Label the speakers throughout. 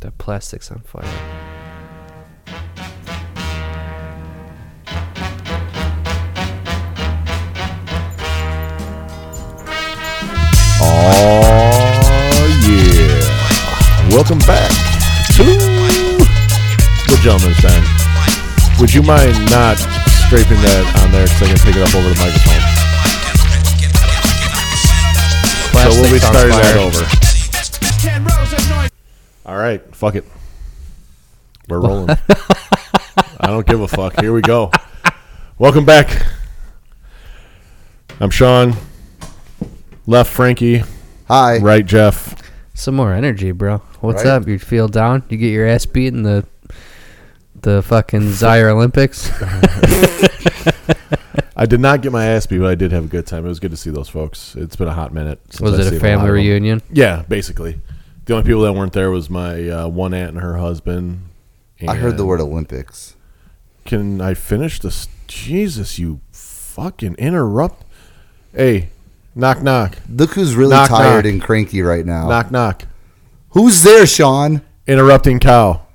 Speaker 1: The plastic's on fire.
Speaker 2: Oh yeah! Welcome back to the Gentleman's Den. Would you mind not scraping that on there because I can pick it up over the microphone? so we'll be
Speaker 1: Plastic's on
Speaker 2: starting
Speaker 1: fire.
Speaker 2: that over. All right, fuck it. We're rolling. I don't give a fuck. Here we go. Welcome back. I'm Sean. Left Frankie.
Speaker 3: Hi.
Speaker 2: Right Jeff.
Speaker 1: Some more energy, bro. What's
Speaker 3: Right?
Speaker 1: up? You feel down? You get your ass beat in the the fucking Zaire Olympics?
Speaker 2: I did not get my ass beat, but I did have a good time. It was good to see those folks. It's been a hot minute. since
Speaker 1: Was
Speaker 2: I've
Speaker 1: it
Speaker 2: seen
Speaker 1: a
Speaker 2: lot
Speaker 1: family
Speaker 2: of them.
Speaker 1: reunion?
Speaker 2: Yeah, basically. The only people that weren't there was my uh, one aunt and her husband.
Speaker 3: I heard the
Speaker 2: And-
Speaker 3: word Olympics.
Speaker 2: Can I finish this? Jesus, you fucking interrupt. Hey, knock, knock,
Speaker 3: Look who's really
Speaker 2: Knock,
Speaker 3: tired
Speaker 2: knock.
Speaker 3: and cranky right now.
Speaker 2: knock, knock.
Speaker 3: Who's there, Sean?
Speaker 2: Interrupting cow.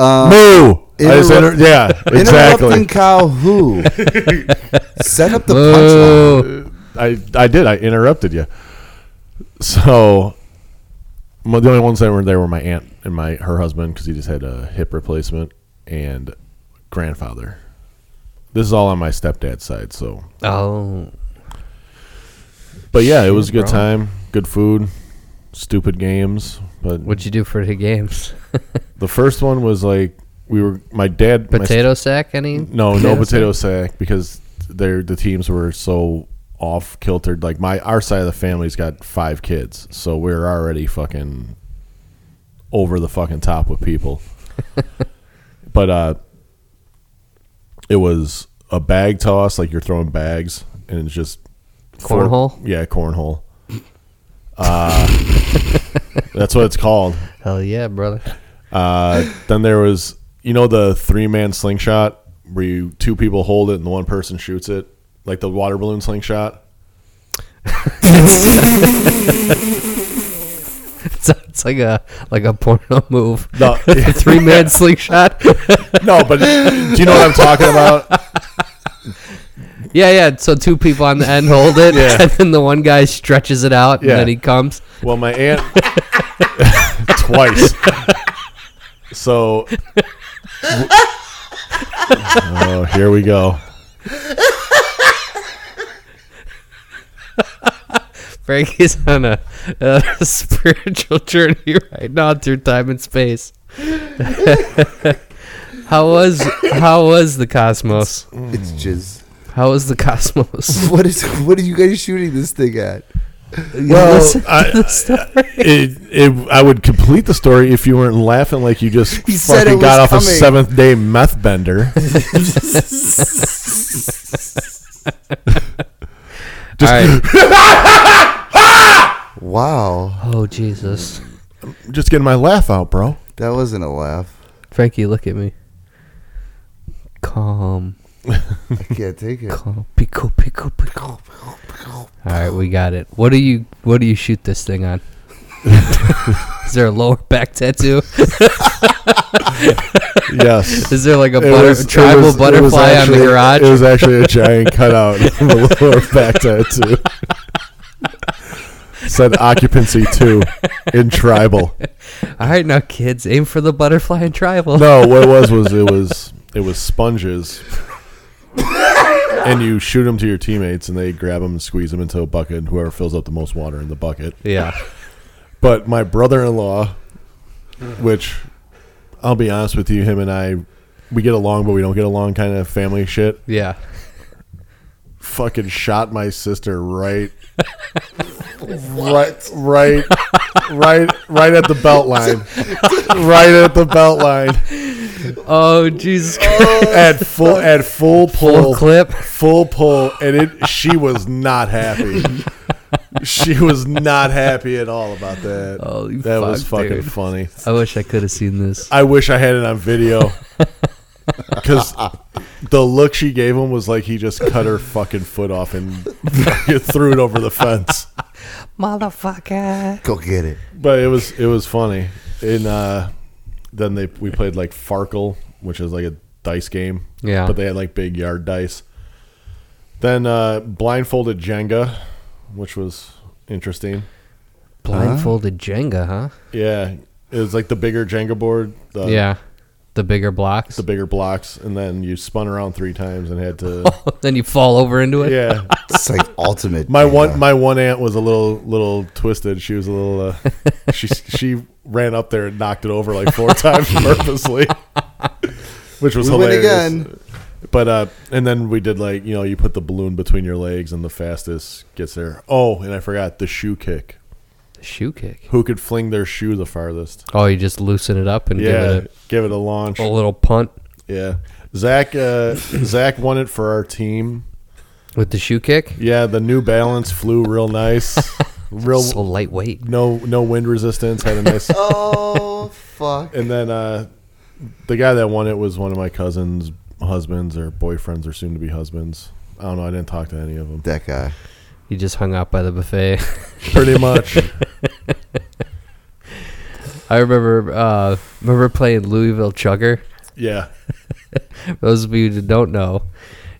Speaker 3: Um,
Speaker 2: Moo. I just
Speaker 3: interrupt-
Speaker 2: inter- yeah,
Speaker 3: Interrupting
Speaker 2: exactly.
Speaker 3: cow who? Set up the
Speaker 1: Oh,
Speaker 3: punchline.
Speaker 2: I, I did. I interrupted you. So, my, the only ones that were there were my aunt and my her husband because he just had a hip replacement and grandfather. This is all on my stepdad's side. So,
Speaker 1: oh,
Speaker 2: but yeah, it was a good
Speaker 1: bro.
Speaker 2: time. Good food. Stupid games, but
Speaker 1: what'd you do for the games?
Speaker 2: The first one was like we were my dad. my
Speaker 1: potato sack? Any?
Speaker 2: no, no potato
Speaker 1: sack?
Speaker 2: sack because they're the teams were so off kiltered. Like my our side of the family's got five kids, so we're already fucking over the fucking top with people. but uh it was a bag toss, like you're throwing bags and it's just four-
Speaker 1: Cornhole?
Speaker 2: yeah, cornhole. Uh that's what it's called.
Speaker 1: Hell yeah, brother.
Speaker 2: Uh, then there was, you know, the three man slingshot where you two people hold it and the one person shoots it, like the water balloon slingshot.
Speaker 1: It's, it's like a like a porno move.
Speaker 2: No,
Speaker 1: Three man slingshot.
Speaker 2: no, but do you know what I'm talking about?
Speaker 1: Yeah, yeah. So two people on the end hold it,
Speaker 2: Yeah.
Speaker 1: and then the one guy stretches it out,
Speaker 2: Yeah.
Speaker 1: and then he comes.
Speaker 2: Well, my aunt twice. So, oh, here we go.
Speaker 1: Frank is on a, a spiritual journey right now through time and space. how was how was the cosmos?
Speaker 3: It's jizz.
Speaker 1: How was the cosmos?
Speaker 3: What is? What are you guys shooting this thing at?
Speaker 1: Listen to
Speaker 2: I-
Speaker 1: the story.
Speaker 2: It, it, I would complete the story if you weren't laughing like you just
Speaker 3: He said
Speaker 2: fucking
Speaker 3: it
Speaker 2: got off
Speaker 3: was
Speaker 2: a
Speaker 3: coming.
Speaker 2: seventh day meth bender.
Speaker 1: All right.
Speaker 3: Wow,
Speaker 1: Oh Jesus,
Speaker 2: Just getting my laugh out, bro.
Speaker 3: that wasn't a laugh.
Speaker 1: Frankie, look at me. Calm,
Speaker 3: I can't take it.
Speaker 1: calm. Pico, pico, pico. All right, we got it. What do you what do you shoot this thing on? Is there a lower back tattoo?
Speaker 2: Yes.
Speaker 1: Is there like a
Speaker 2: It
Speaker 1: butter,
Speaker 2: was- it
Speaker 1: tribal
Speaker 2: was- it was
Speaker 1: butterfly on
Speaker 2: actually-
Speaker 1: the garage?
Speaker 2: It was actually a giant cutout of a lower back tattoo. Said occupancy two in tribal.
Speaker 1: All right, now kids, aim for the butterfly and tribal.
Speaker 2: No, what it was was it was it was sponges, and you shoot them to your teammates, and they grab them and squeeze them into a bucket, and whoever fills up the most water in the bucket.
Speaker 1: Yeah.
Speaker 2: But my brother-in-law, which I'll be honest with you, him and I, we get along, but we don't get along, kind of family shit.
Speaker 1: Yeah.
Speaker 2: fucking shot my sister right right right right right at the belt line right at the belt line
Speaker 1: Oh, Jesus Christ.
Speaker 2: at full at full pull
Speaker 1: Full clip.
Speaker 2: full pull and it she was not happy she was not happy at all about that
Speaker 1: Holy
Speaker 2: that was
Speaker 1: Oh, fuck,
Speaker 2: fucking
Speaker 1: dude.
Speaker 2: funny
Speaker 1: I wish I could have seen this.
Speaker 2: I wish I had it on video. Because the look she gave him was like he just cut her fucking foot off and threw it over the fence.
Speaker 1: Motherfucker.
Speaker 3: Go get it.
Speaker 2: But it was it was funny. And uh, Then they we played like Farkle, which is like a dice game.
Speaker 1: Yeah.
Speaker 2: But they had like big yard dice. Then uh, blindfolded Jenga, which was interesting.
Speaker 1: Blindfolded Jenga, huh?
Speaker 2: Yeah, it was like the bigger Jenga board. The,
Speaker 1: yeah. The bigger blocks.
Speaker 2: The bigger blocks, and then you spun around three times and had to.
Speaker 1: then you fall over into it.
Speaker 2: yeah,
Speaker 3: It's like ultimate.
Speaker 2: my
Speaker 3: yeah.
Speaker 2: one my one aunt was a little little twisted. She was a little. Uh, she she ran up there and knocked it over like four times purposely, which was
Speaker 3: We win
Speaker 2: hilarious.
Speaker 3: again.
Speaker 2: But uh, and then we did like you know you put the balloon between your legs and the fastest gets there. Oh, and I forgot the shoe kick.
Speaker 1: Shoe kick.
Speaker 2: Who could fling their shoe the farthest?
Speaker 1: Oh, you just loosen it up and
Speaker 2: yeah,
Speaker 1: give it
Speaker 2: a launch.
Speaker 1: a, a
Speaker 3: Oh.
Speaker 1: little punt
Speaker 2: Yeah, Zach uh, Zach won it for our team.
Speaker 1: with the shoe kick.
Speaker 2: Yeah, the New Balance flew real nice. Real
Speaker 1: So lightweight.
Speaker 2: no no wind resistance had a nice
Speaker 3: Oh fuck!
Speaker 2: and then uh the guy that won it was one of my cousins husbands or boyfriends or soon to be husbands i don't know i didn't talk to any of them
Speaker 3: That guy.
Speaker 1: You just hung out by the buffet.
Speaker 2: pretty much
Speaker 1: I remember uh, remember playing Louisville Chugger.
Speaker 2: yeah
Speaker 1: Those of you that don't know,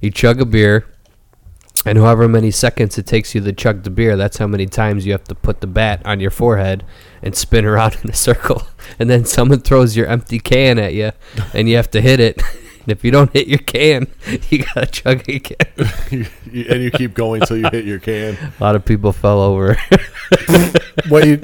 Speaker 1: you chug a beer, and however many seconds it takes you to chug the beer, that's how many times you have to put the bat on your forehead and spin around in a circle. And then someone throws your empty can at you, and you have to hit it. And if you don't hit your can, you gotta chug again.
Speaker 2: You- you- and you keep going till you hit your can
Speaker 1: A lot of people fell over.
Speaker 2: what you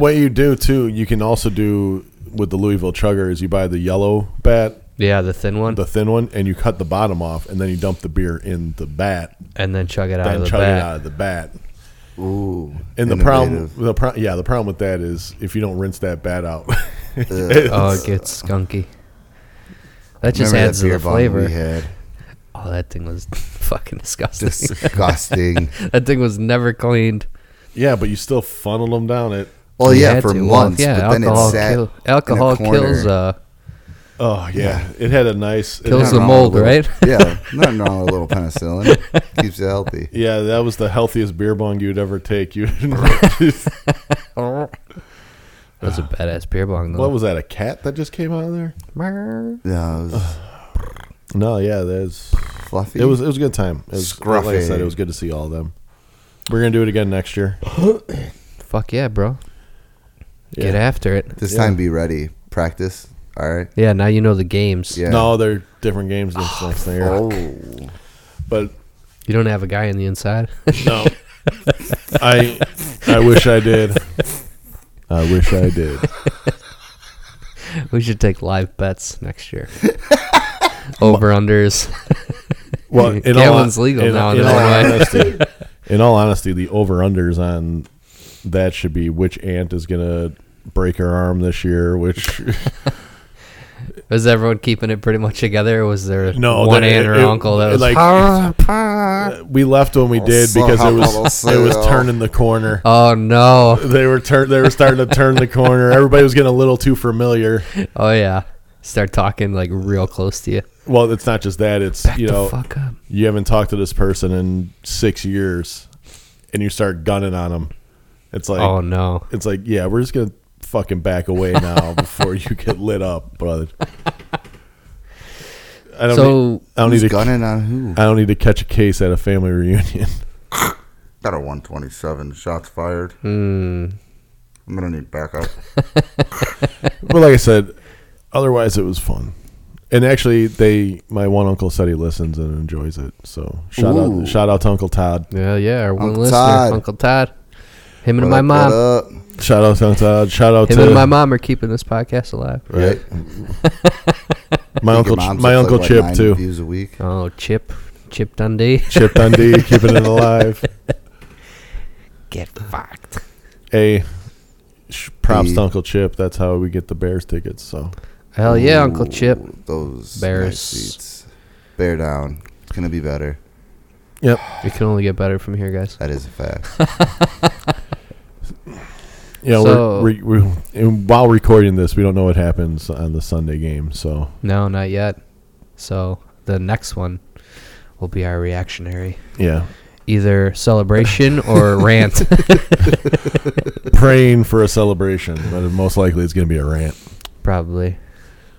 Speaker 2: what you do too you can also do with the louisville chugger is you buy the yellow bat
Speaker 1: yeah, the thin one,
Speaker 2: the thin one and you cut the bottom off and then you dump the beer in the bat
Speaker 1: and then chug it out of
Speaker 2: then
Speaker 1: the
Speaker 2: chug it out
Speaker 1: bat.
Speaker 2: of the bat
Speaker 3: Ooh.
Speaker 2: and the problem
Speaker 3: innovative.
Speaker 2: the pro- yeah the problem with that is if you don't rinse that bat out
Speaker 1: Oh, it gets skunky. That just
Speaker 3: Remember
Speaker 1: adds to
Speaker 3: beer
Speaker 1: the
Speaker 3: bong
Speaker 1: flavor.
Speaker 3: We had
Speaker 1: Oh, that thing was fucking disgusting.
Speaker 3: disgusting.
Speaker 1: that thing was never cleaned.
Speaker 2: Yeah, but you still funneled them down it.
Speaker 3: Well,
Speaker 1: You
Speaker 3: yeah,
Speaker 1: had
Speaker 3: for
Speaker 1: to. Well,
Speaker 3: months,
Speaker 1: yeah,
Speaker 3: but then
Speaker 1: alcohol
Speaker 3: it sat.
Speaker 1: kill- alcohol
Speaker 3: corner.
Speaker 1: kills uh,
Speaker 2: Oh yeah, it had a nice. it
Speaker 1: Kills
Speaker 2: had-
Speaker 1: the
Speaker 3: Nothing wrong
Speaker 1: mold,
Speaker 3: with a
Speaker 1: right?
Speaker 3: little- yeah, nothing wrong with a little penicillin. Keeps it healthy.
Speaker 2: yeah, that was the healthiest beer bong you'd ever take. You.
Speaker 1: that was a badass beer bong
Speaker 2: what
Speaker 1: though.
Speaker 2: was that? A cat that just came out of there?
Speaker 3: No, it was
Speaker 2: No, yeah, that's.
Speaker 3: fluffy.
Speaker 2: It was it was a good time. It was Like I said,
Speaker 3: Scruffy.
Speaker 2: it was good to see all of them. We're gonna do it again next year.
Speaker 1: Fuck yeah, bro.
Speaker 2: Yeah.
Speaker 1: Get after it.
Speaker 3: this
Speaker 2: yeah.
Speaker 3: time. Be ready. Practice. All right.
Speaker 1: Yeah, now you know the games.
Speaker 3: Yeah.
Speaker 2: No, they're different games this next year.
Speaker 3: Oh,
Speaker 2: But
Speaker 1: You don't have a guy in the inside.
Speaker 2: no, I I wish I did. I wish I did.
Speaker 1: we should take live bets next year. Over unders.
Speaker 2: Well, in all,
Speaker 1: Gambling's legal
Speaker 2: in,
Speaker 1: now in
Speaker 2: In all,
Speaker 1: Illinois.
Speaker 2: honesty, in all honesty, the over unders on that should be which aunt is gonna break her arm this year. Which
Speaker 1: Was everyone keeping it pretty much together? Or was there
Speaker 2: No,
Speaker 1: one
Speaker 2: they-
Speaker 1: aunt or
Speaker 2: it-
Speaker 1: uncle that was
Speaker 2: like- Uh, Oh, we left when we did because it was it was turning the corner.
Speaker 1: Oh no!
Speaker 2: They were turn they were starting to turn the corner. Everybody was getting a little too familiar.
Speaker 1: Oh yeah! Start talking like real close to you.
Speaker 2: Well, it's not just that. It's
Speaker 1: Back
Speaker 2: you
Speaker 1: the
Speaker 2: know
Speaker 1: fuck up.
Speaker 2: you haven't talked to this person in six years, and you start gunning on them. It's like
Speaker 1: oh no!
Speaker 2: it's like, yeah, we're just gonna fucking back away now before you get lit up, brother. I don't. need,
Speaker 1: So
Speaker 2: I don't need
Speaker 3: who's
Speaker 2: to.
Speaker 3: gunning on who?
Speaker 2: I don't need to catch a case at a family reunion.
Speaker 3: Got a 127. Shots fired.
Speaker 1: mm,
Speaker 3: I'm gonna need backup.
Speaker 2: but like I said, otherwise it was fun. And actually, they my one uncle said he listens and enjoys it. So shout
Speaker 3: Ooh.
Speaker 2: out, shout out to Uncle Todd.
Speaker 1: Yeah, yeah. Our one
Speaker 3: Uncle
Speaker 1: listener,
Speaker 3: Todd.
Speaker 1: Uncle Todd. Him and
Speaker 3: What
Speaker 1: my
Speaker 3: up,
Speaker 1: mom.
Speaker 3: what up?
Speaker 2: Shout out to Uncle Todd. Shout out
Speaker 1: Him
Speaker 2: to
Speaker 1: and my mom are keeping this podcast alive.
Speaker 2: Right.
Speaker 3: Yeah.
Speaker 2: my
Speaker 3: Think your
Speaker 2: uncle,
Speaker 3: mom's
Speaker 2: my
Speaker 3: up,
Speaker 2: uncle
Speaker 3: like, what,
Speaker 2: Chip
Speaker 3: nine
Speaker 2: too.
Speaker 3: Views a week.
Speaker 1: Oh, Chip, Chip Dundee,
Speaker 2: Chip Dundee keeping it alive.
Speaker 1: get fucked.
Speaker 2: A sh- props
Speaker 3: He-
Speaker 2: to Uncle Chip. That's how we get the Bears tickets. So
Speaker 1: Hell yeah, Uncle
Speaker 3: Ooh,
Speaker 1: Chip.
Speaker 3: Those
Speaker 1: Bears.
Speaker 3: Bears. seats. Bear down. It's gonna be better.
Speaker 2: yep.
Speaker 1: It can only get better from here, guys.
Speaker 3: That is a fact.
Speaker 2: Yeah,
Speaker 1: So-
Speaker 2: we're, we, we, and while recording this, we don't know what happens on the Sunday game. So
Speaker 1: No, not yet. So the next one will be our reactionary,
Speaker 2: yeah,
Speaker 1: either celebration or rant.
Speaker 2: praying for a celebration, but most likely it's going to be a rant.
Speaker 1: Probably.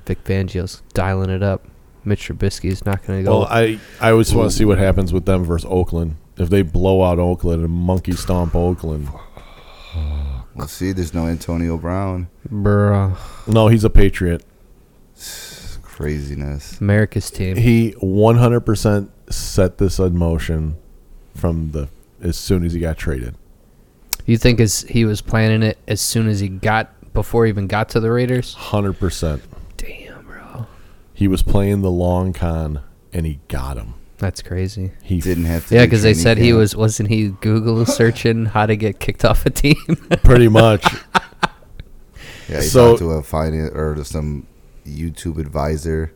Speaker 1: Vic Fangio's dialing it up. Mitch Trubisky's not going to go.
Speaker 2: Well, I I always want to see what happens with them versus Oakland. If they blow out Oakland and monkey stomp Oakland,
Speaker 3: Well, see, there's no Antonio Brown.
Speaker 1: Bruh.
Speaker 2: no, he's a Patriot.
Speaker 3: Craziness.
Speaker 1: America's team.
Speaker 2: He 100% set this in motion from the as soon as he got traded.
Speaker 1: You think as he was planning it as soon as he got before he even got to the Raiders?
Speaker 2: 100%.
Speaker 1: Damn, bro.
Speaker 2: He was playing the long con and he got him.
Speaker 1: That's crazy.
Speaker 2: He
Speaker 3: Didn't have to.
Speaker 1: Yeah,
Speaker 3: do
Speaker 1: because they
Speaker 3: training
Speaker 1: said he
Speaker 3: camp.
Speaker 1: was wasn't he Google searching how to get kicked off a team?
Speaker 2: pretty much.
Speaker 3: Yeah, he
Speaker 2: so-
Speaker 3: talked to a finance or to some YouTube advisor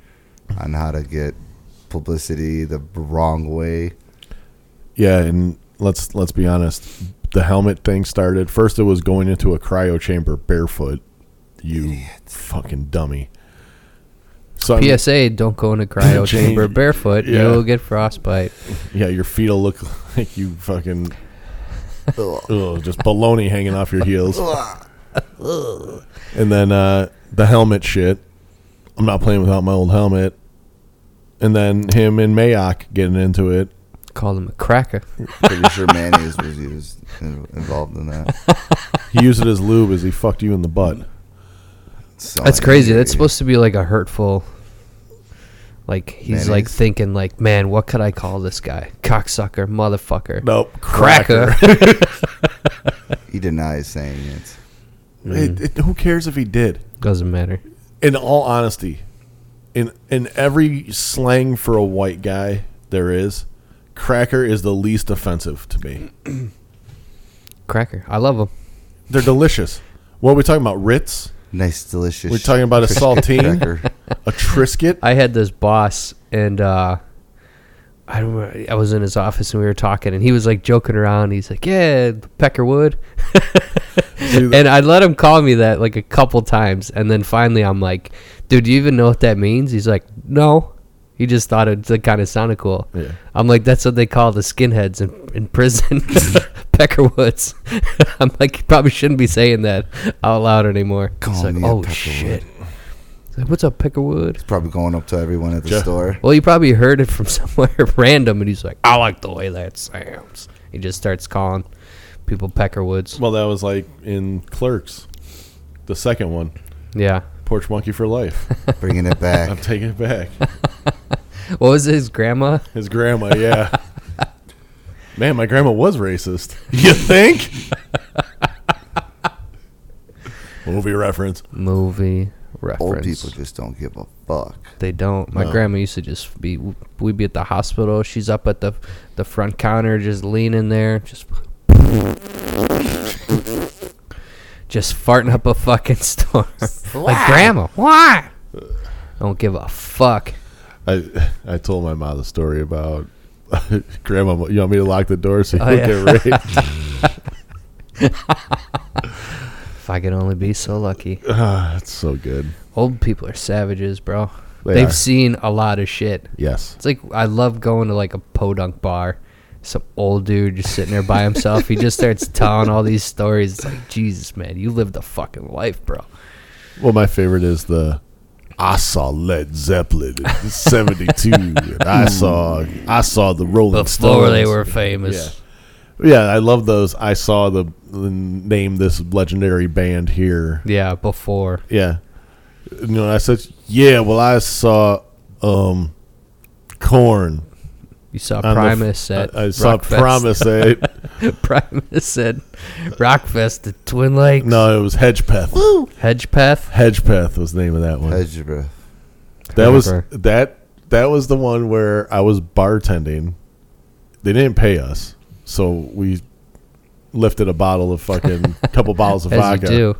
Speaker 3: on how to get publicity the wrong way.
Speaker 2: Yeah, and let's let's be honest. The helmet thing started first. It was going into a cryo chamber barefoot. You fucking dummy. So I mean,
Speaker 1: PSA: Don't go in a cryo
Speaker 2: Change-
Speaker 1: chamber barefoot.
Speaker 2: yeah.
Speaker 1: You'll get frostbite.
Speaker 2: yeah, your feet will look like you fucking ugh, just baloney hanging off your heels. and then uh, the helmet shit. I'm not playing without my old helmet. And then him and Mayock getting into it.
Speaker 1: Call him a cracker.
Speaker 3: Pretty sure mayonnaise was used in- involved in that.
Speaker 2: He used it as lube as he fucked you in the butt.
Speaker 3: So
Speaker 1: That's crazy. That's
Speaker 3: yeah,
Speaker 1: supposed to be like a hurtful. Like he's like
Speaker 3: Mayonnaise.
Speaker 1: thinking like, man, what could I call this guy? Cocksucker, motherfucker,
Speaker 2: Nope,
Speaker 1: cracker.
Speaker 3: He denies saying it.
Speaker 2: It- it- who cares if he did?
Speaker 1: Doesn't matter.
Speaker 2: in all honesty, in in every slang for a white guy there is, cracker is the least offensive to me.
Speaker 1: Cracker. I love him.
Speaker 2: They're delicious. What are we talking about? Ritz?
Speaker 3: Nice, delicious.
Speaker 2: We're talking about a saltine,
Speaker 3: cracker.
Speaker 2: a Trisket.
Speaker 1: I had this boss, and uh, I don't. Remember, I was in his office, and we were talking, and he was like joking around. He's like, "Yeah, Peckerwood,"
Speaker 2: Dude,
Speaker 1: and I let him call me that like a couple times, and then finally, I'm like, "Dude, do you even know what that means?" He's like, "No." He just thought it, it kind of sounded cool.
Speaker 2: Yeah.
Speaker 1: I'm like, that's what they call the skinheads in, in prison, Peckerwoods. I'm like, you probably shouldn't be saying that out loud anymore.
Speaker 3: Call
Speaker 1: It's like,
Speaker 3: me a
Speaker 1: oh
Speaker 3: Peckerwood."
Speaker 1: shit. It's like, what's up, Peckerwood?
Speaker 3: Probably going up to everyone at the
Speaker 2: Jeff-
Speaker 3: store.
Speaker 1: Well, you probably heard it from somewhere random, and he's like, "I like the way that sounds." He just starts calling people Peckerwoods.
Speaker 2: well, that was like in Clerks, the second one,
Speaker 1: Yeah.
Speaker 2: Porch Monkey for Life.
Speaker 3: Bringing it
Speaker 2: I'm
Speaker 3: back.
Speaker 2: taking it back.
Speaker 1: What was his grandma?
Speaker 2: His grandma, yeah. Man, my grandma was racist. You think? Movie reference.
Speaker 1: Movie reference.
Speaker 3: Old people just don't give a fuck.
Speaker 1: They don't. My
Speaker 2: No.
Speaker 1: grandma used to just be. We'd be at the hospital. She's up at the the front counter, just leaning there, just just farting up a fucking storm. like grandma, why? Don't give a fuck.
Speaker 2: I I told my mom the story about grandma. You want me to lock the door so you
Speaker 1: Oh,
Speaker 2: don't
Speaker 1: yeah.
Speaker 2: get raped?
Speaker 1: If I could only be so lucky.
Speaker 2: Ah, it's so good.
Speaker 1: Old people are savages, bro.
Speaker 2: They
Speaker 1: They
Speaker 2: are.
Speaker 1: have seen a lot of shit.
Speaker 2: Yes.
Speaker 1: It's like I love going to like a podunk bar. Some old dude just sitting there by himself. he just starts telling all these stories. It's like, Jesus, man, you lived a fucking life, bro.
Speaker 2: Well, my favorite is the I saw Led Zeppelin in '72. and I saw I saw the Rolling
Speaker 1: Before they
Speaker 2: Stones.
Speaker 1: were famous.
Speaker 2: Yeah, I love those. I saw the, the name this legendary band here.
Speaker 1: Yeah, before.
Speaker 2: Yeah. You know, I said, yeah. Well, I saw um, Corn.
Speaker 1: You saw
Speaker 2: on the f-
Speaker 1: Primus at
Speaker 2: I, I saw
Speaker 1: Rockfest.
Speaker 2: Promise at
Speaker 1: Primus at Rockfest at Twin Lakes.
Speaker 2: No, it was Hedgepeth.
Speaker 1: Hedgepath.
Speaker 2: Hedgepeth was the name of that one.
Speaker 3: Algebra.
Speaker 2: that was
Speaker 1: Hedgepath.
Speaker 2: that that was the one where I was bartending. They didn't pay us, so we lifted a bottle of fucking couple bottles of
Speaker 1: As you
Speaker 2: vodka.
Speaker 1: do.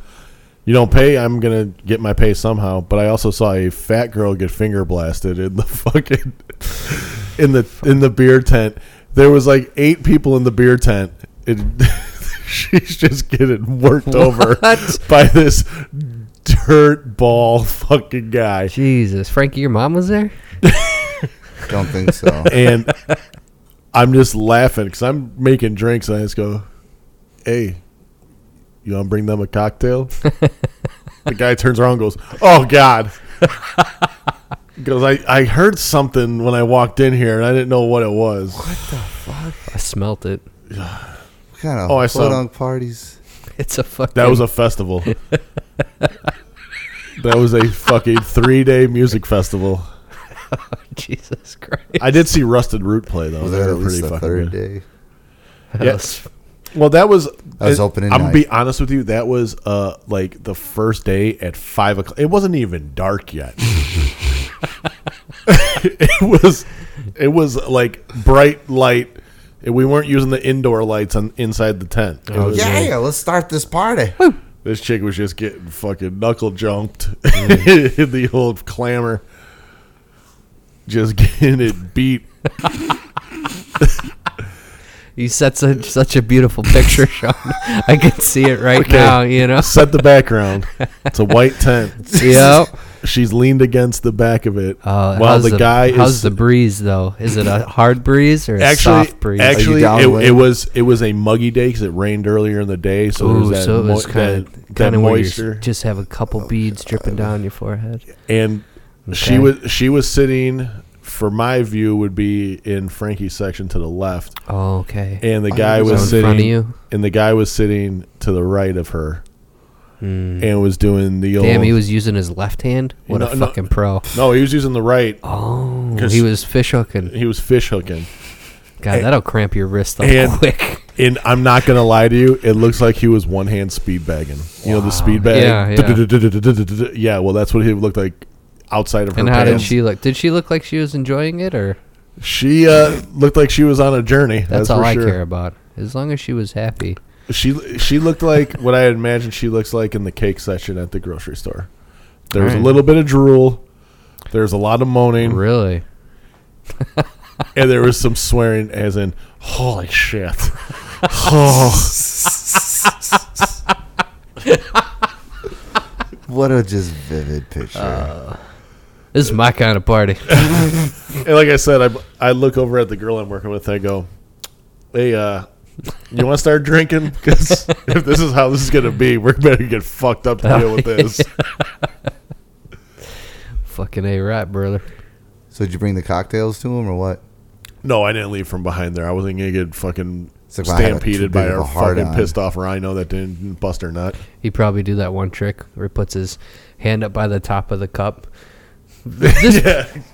Speaker 2: You don't pay, I'm gonna get my pay somehow. But I also saw a fat girl get finger blasted in the fucking in the in the beer tent. There was like eight people in the beer tent. And she's just getting worked over
Speaker 1: What?
Speaker 2: by this dirt ball fucking guy.
Speaker 1: Jesus. Frankie, your mom was there?
Speaker 3: Don't think so.
Speaker 2: And I'm just laughing because I'm making drinks and I just go, "Hey, you want to bring them a cocktail?" the guy turns around and goes, "Oh God." Because I, I heard something when I walked in here and I didn't know what it was.
Speaker 1: I smelt it.
Speaker 3: What kind of
Speaker 2: Oh,
Speaker 3: oh,
Speaker 2: I saw-
Speaker 3: parties?
Speaker 1: It's a fucking.
Speaker 2: That was a festival. that was a fucking three day music festival.
Speaker 1: Jesus Christ.
Speaker 2: I did see Rusted Root play though.
Speaker 3: Was
Speaker 2: Oh, They
Speaker 3: that
Speaker 2: were
Speaker 3: at least
Speaker 2: pretty
Speaker 3: the
Speaker 2: fucking
Speaker 3: third
Speaker 2: good.
Speaker 3: day?
Speaker 1: Yes.
Speaker 2: Well, that was
Speaker 3: That was
Speaker 2: it-
Speaker 3: opening
Speaker 2: I'm gonna
Speaker 3: night.
Speaker 2: be honest with you. That was uh like the first day at five o'clock. It wasn't even dark yet. it was, it was like bright light. and We weren't using the indoor lights on inside the tent. It was-
Speaker 3: Yeah, yeah, let's start this party.
Speaker 2: This chick was just getting fucking knuckle jumped
Speaker 3: Mm.
Speaker 2: in the old clamor, just getting it beat.
Speaker 1: You set such, such a beautiful picture, Sean. I can see it right
Speaker 2: Okay.
Speaker 1: now, you know?
Speaker 2: Set the background. It's a white tent.
Speaker 1: yep.
Speaker 2: She's leaned against the back of it
Speaker 1: Uh,
Speaker 2: while
Speaker 1: how's
Speaker 2: the guy
Speaker 1: How's
Speaker 2: is
Speaker 1: the breeze, though? Is it a hard breeze or a
Speaker 2: actually
Speaker 1: soft breeze?
Speaker 2: actually
Speaker 3: down
Speaker 2: it,
Speaker 3: with
Speaker 2: it
Speaker 3: it?
Speaker 2: was it was a muggy day because it rained earlier in the day, so there
Speaker 1: Ooh,
Speaker 2: was that,
Speaker 1: so it
Speaker 2: mo-
Speaker 1: was kind
Speaker 2: that-
Speaker 1: of
Speaker 2: that
Speaker 1: kind of where you
Speaker 2: moisture. Oh,
Speaker 1: just have a couple beads dripping down your forehead.
Speaker 2: and she
Speaker 1: Okay.
Speaker 2: was she was sitting. For my view, would be in Frankie's section to the left.
Speaker 1: Oh, okay.
Speaker 2: and the guy
Speaker 1: was
Speaker 2: was
Speaker 1: in
Speaker 2: sitting
Speaker 1: front of you?
Speaker 2: and the guy was sitting to the right of her
Speaker 3: Hmm.
Speaker 2: and was doing the old
Speaker 1: Damn, he was using his left hand. What
Speaker 2: No,
Speaker 1: a
Speaker 2: no.
Speaker 1: fucking pro!
Speaker 2: no he was using the right
Speaker 1: Oh,
Speaker 2: 'Cause-
Speaker 1: he was fish hooking.
Speaker 2: he was fish hooking
Speaker 1: God, that'll cramp your wrist up
Speaker 2: and-
Speaker 1: quick.
Speaker 2: and i'm not gonna lie to you it looks like he was one hand speed bagging you know the speed bag
Speaker 1: Yeah, yeah.
Speaker 2: yeah. well that's what he looked like outside of her
Speaker 1: And how did
Speaker 2: pants
Speaker 1: she look? Did she look like she was enjoying it, or
Speaker 2: she uh looked like she was on a journey
Speaker 1: that's,
Speaker 2: that's,
Speaker 1: all
Speaker 2: for
Speaker 1: I
Speaker 2: sure
Speaker 1: care about? As long as she was happy.
Speaker 2: she she looked like what i had imagined she looks like in the cake section at the grocery store there was a
Speaker 1: Alright.
Speaker 2: little bit of drool there's a lot of moaning
Speaker 1: Really?
Speaker 2: and there was some swearing as in holy shit oh
Speaker 3: What a just vivid picture.
Speaker 2: Uh,
Speaker 1: This is my kind of party.
Speaker 2: and like i said I, I look over at the girl i'm working with and i go hey uh you want to start drinking because if this is how this is gonna be we're better get fucked up to deal with this
Speaker 1: fucking a right, brother.
Speaker 3: so did you bring the cocktails to him or what?
Speaker 2: no i didn't leave from behind there i wasn't gonna get fucking
Speaker 3: It's like I had a too
Speaker 2: stampeded
Speaker 3: big
Speaker 2: by
Speaker 3: of a
Speaker 2: our
Speaker 3: hard
Speaker 2: fucking
Speaker 3: on.
Speaker 2: pissed off rhino that didn't bust her nut
Speaker 1: He probably do that one trick where he puts his hand up by the top of the cup. This,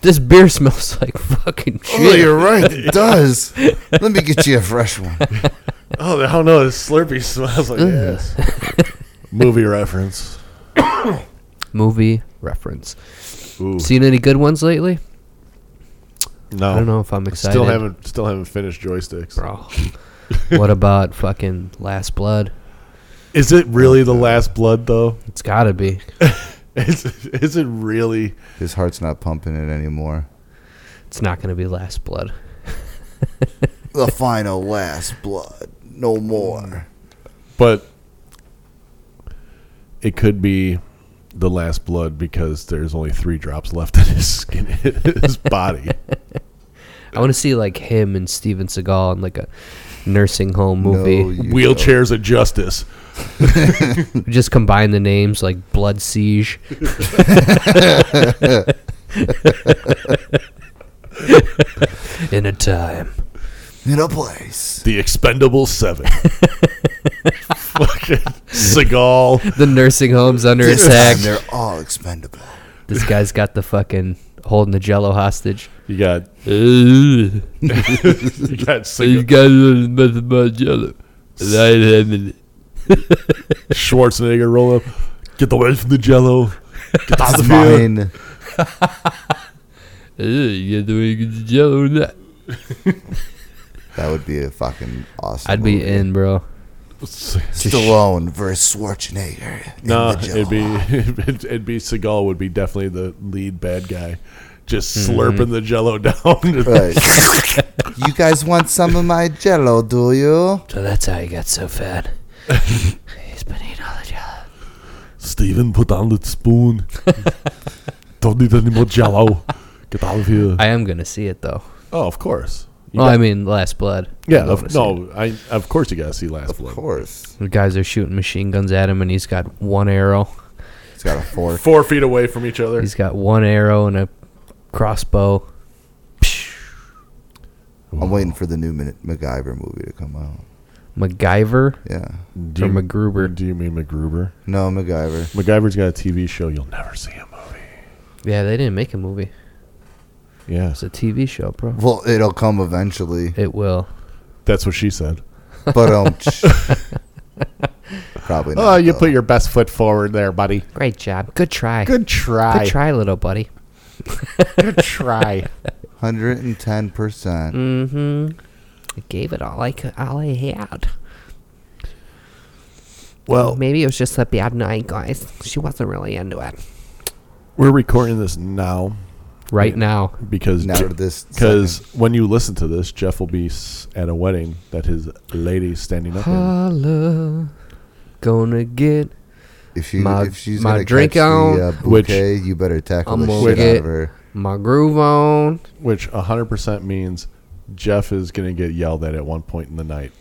Speaker 1: this beer smells like fucking
Speaker 3: Oh,
Speaker 1: shit.
Speaker 3: you're right. It does. Let me get you a fresh one.
Speaker 2: oh i don't know this slurpee smells
Speaker 3: Mm.
Speaker 2: like ass movie reference
Speaker 1: Movie reference.
Speaker 2: Ooh,
Speaker 1: Seen any good ones lately?
Speaker 2: no
Speaker 1: I don't know if I'm excited.
Speaker 2: still haven't still haven't finished joysticks
Speaker 1: bro. what about fucking Last Blood?
Speaker 2: Is it really the last blood though?
Speaker 1: It's gotta be.
Speaker 2: Is is it really?
Speaker 3: His heart's not pumping it anymore.
Speaker 1: It's not gonna be Last Blood.
Speaker 3: The final last blood. No more.
Speaker 2: But it could be the last blood because there's only three drops left in his skin, his body.
Speaker 1: I want to see like him and Steven Seagal in like a nursing home movie.
Speaker 3: No, you
Speaker 2: Wheelchairs of justice.
Speaker 1: Just combine the names like Blood Siege. in a time.
Speaker 3: don't. In a place.
Speaker 2: The Expendable Seven. Fucking Seagal.
Speaker 1: The nursing home's under
Speaker 3: This time
Speaker 1: attack.
Speaker 3: they're all expendable.
Speaker 1: This guy's got the fucking holding the jello hostage.
Speaker 2: You got
Speaker 1: Ugh.
Speaker 2: you got
Speaker 1: You
Speaker 2: Seagal.
Speaker 1: guys are messing with my jello. And I ain't having it.
Speaker 2: Schwarzenegger roll up. Get away from the Jello. Get out
Speaker 3: That's
Speaker 2: of here.
Speaker 3: mine.
Speaker 1: Ugh, Uh, you guys don't get the jello or not.
Speaker 3: That would be a fucking awesome.
Speaker 1: I'd be
Speaker 3: movie.
Speaker 1: in, bro.
Speaker 3: Stallone versus Schwarzenegger. in
Speaker 2: No,
Speaker 3: the jail.
Speaker 2: it'd be it'd, it'd be Seagal would be definitely the lead bad guy, just
Speaker 3: Mm-hmm.
Speaker 2: slurping the Jello down.
Speaker 3: Right. you guys want some of my jello, do you?
Speaker 1: So that's how he got so fat. He's been eating all the jello.
Speaker 2: Steven, put down the spoon. Don't need any more Jello. Get out of here.
Speaker 1: I am gonna see it though.
Speaker 2: oh, of course. You
Speaker 1: Well,
Speaker 2: got-
Speaker 1: I mean, Last Blood.
Speaker 2: yeah,
Speaker 1: I wanna
Speaker 2: of,
Speaker 1: see it.
Speaker 2: no, I of course you gotta see Last
Speaker 3: Of
Speaker 2: Blood.
Speaker 3: course.
Speaker 1: The guys are shooting machine guns at him, and he's got one arrow.
Speaker 3: It's got a fork.
Speaker 2: Four feet away from each other.
Speaker 1: He's got one arrow and a crossbow.
Speaker 2: Oh,
Speaker 3: I'm waiting for the new Ma- MacGyver movie to come out.
Speaker 1: MacGyver
Speaker 3: Yeah.
Speaker 2: Do
Speaker 1: or
Speaker 2: you,
Speaker 1: MacGruber.
Speaker 2: do you mean MacGruber?
Speaker 3: No, MacGyver.
Speaker 2: MacGyver's got a TV show. You'll never see a movie.
Speaker 1: Yeah, they didn't make a movie.
Speaker 2: Yeah,
Speaker 1: It's a TV show, bro.
Speaker 3: Well, it'll come eventually.
Speaker 1: It will.
Speaker 2: that's what she said.
Speaker 3: But um, probably not.
Speaker 2: Oh, you
Speaker 3: though.
Speaker 2: put your best foot forward there, buddy.
Speaker 1: Great job. Good try.
Speaker 2: Good
Speaker 1: Good
Speaker 2: try.
Speaker 1: try, little buddy.
Speaker 2: Good try.
Speaker 3: 110%.
Speaker 1: hmm I gave it all I could, all I had.
Speaker 2: well,
Speaker 1: maybe it was just a bad night, guys. She wasn't really into it.
Speaker 2: we're recording this now
Speaker 1: Right now,
Speaker 2: because
Speaker 3: Now to this.
Speaker 2: because when you listen to this, Jeff will be s- at a wedding that his lady's standing up in.
Speaker 1: holla, gonna get
Speaker 3: second. if, you,
Speaker 1: my-
Speaker 3: if she's
Speaker 1: my
Speaker 3: gonna
Speaker 1: drink
Speaker 3: catch
Speaker 1: on,
Speaker 3: the, uh,
Speaker 2: which-
Speaker 3: bouquet, you better tackle
Speaker 1: I'm
Speaker 3: the
Speaker 1: gonna
Speaker 3: shit out
Speaker 1: get-
Speaker 3: of her.
Speaker 1: my groove on.
Speaker 2: which 100% means Jeff is going to get yelled at at one point in the night.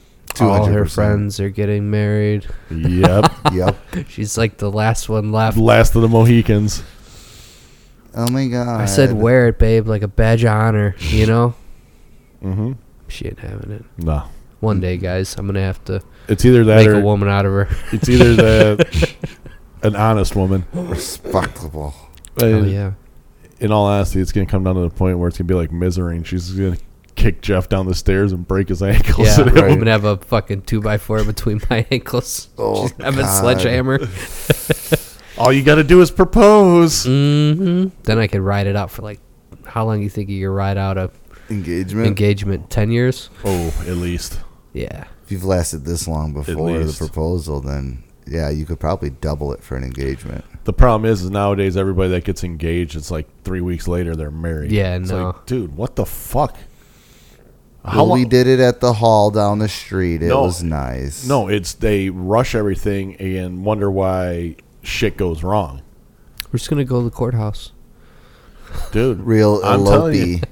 Speaker 1: All her
Speaker 3: 200%.
Speaker 1: friends are getting married.
Speaker 2: Yep.
Speaker 3: Yep.
Speaker 1: She's like the last one left.
Speaker 2: Last of the Mohicans.
Speaker 3: Oh my god.
Speaker 1: I said, wear it, babe, like a badge of honor, you know?
Speaker 2: Mm-hmm.
Speaker 1: she ain't having it.
Speaker 2: No.
Speaker 1: One day, guys, I'm gonna have to
Speaker 2: It's either that
Speaker 1: make a
Speaker 2: or
Speaker 1: woman out of her.
Speaker 2: it's either the an honest woman.
Speaker 3: Respectable.
Speaker 1: Oh,
Speaker 2: Uh,
Speaker 1: yeah.
Speaker 2: In all honesty, it's going to come down to the point where it's going to be like misery and she's going to kick Jeff down the stairs and break his ankles.
Speaker 1: Yeah,
Speaker 2: and it
Speaker 1: I'm
Speaker 2: won't-
Speaker 1: gonna have a fucking two by four between my ankles.
Speaker 3: Oh,
Speaker 1: She's having a
Speaker 3: God.
Speaker 1: sledgehammer.
Speaker 2: All you got to do is propose.
Speaker 1: hmm Then I could ride it out for like, how long you think you could ride out a
Speaker 3: Engagement.
Speaker 1: engagement? Ten years?
Speaker 2: Oh, at least.
Speaker 1: Yeah.
Speaker 3: if you've lasted this long before the
Speaker 2: least.
Speaker 3: proposal, then yeah, you could probably double it for an engagement.
Speaker 2: The problem is, is nowadays everybody that gets engaged, it's like three weeks later they're married.
Speaker 1: Yeah,
Speaker 2: It's
Speaker 1: no.
Speaker 2: like, dude, what the fuck?
Speaker 3: Well,
Speaker 2: lo-
Speaker 3: we did it at the hall down the street. It
Speaker 2: No.
Speaker 3: was nice.
Speaker 2: No, it's they rush everything and wonder why shit goes wrong,
Speaker 1: We're just gonna go to the courthouse.
Speaker 2: dude.
Speaker 3: real
Speaker 2: I'm telling you.
Speaker 3: elopey.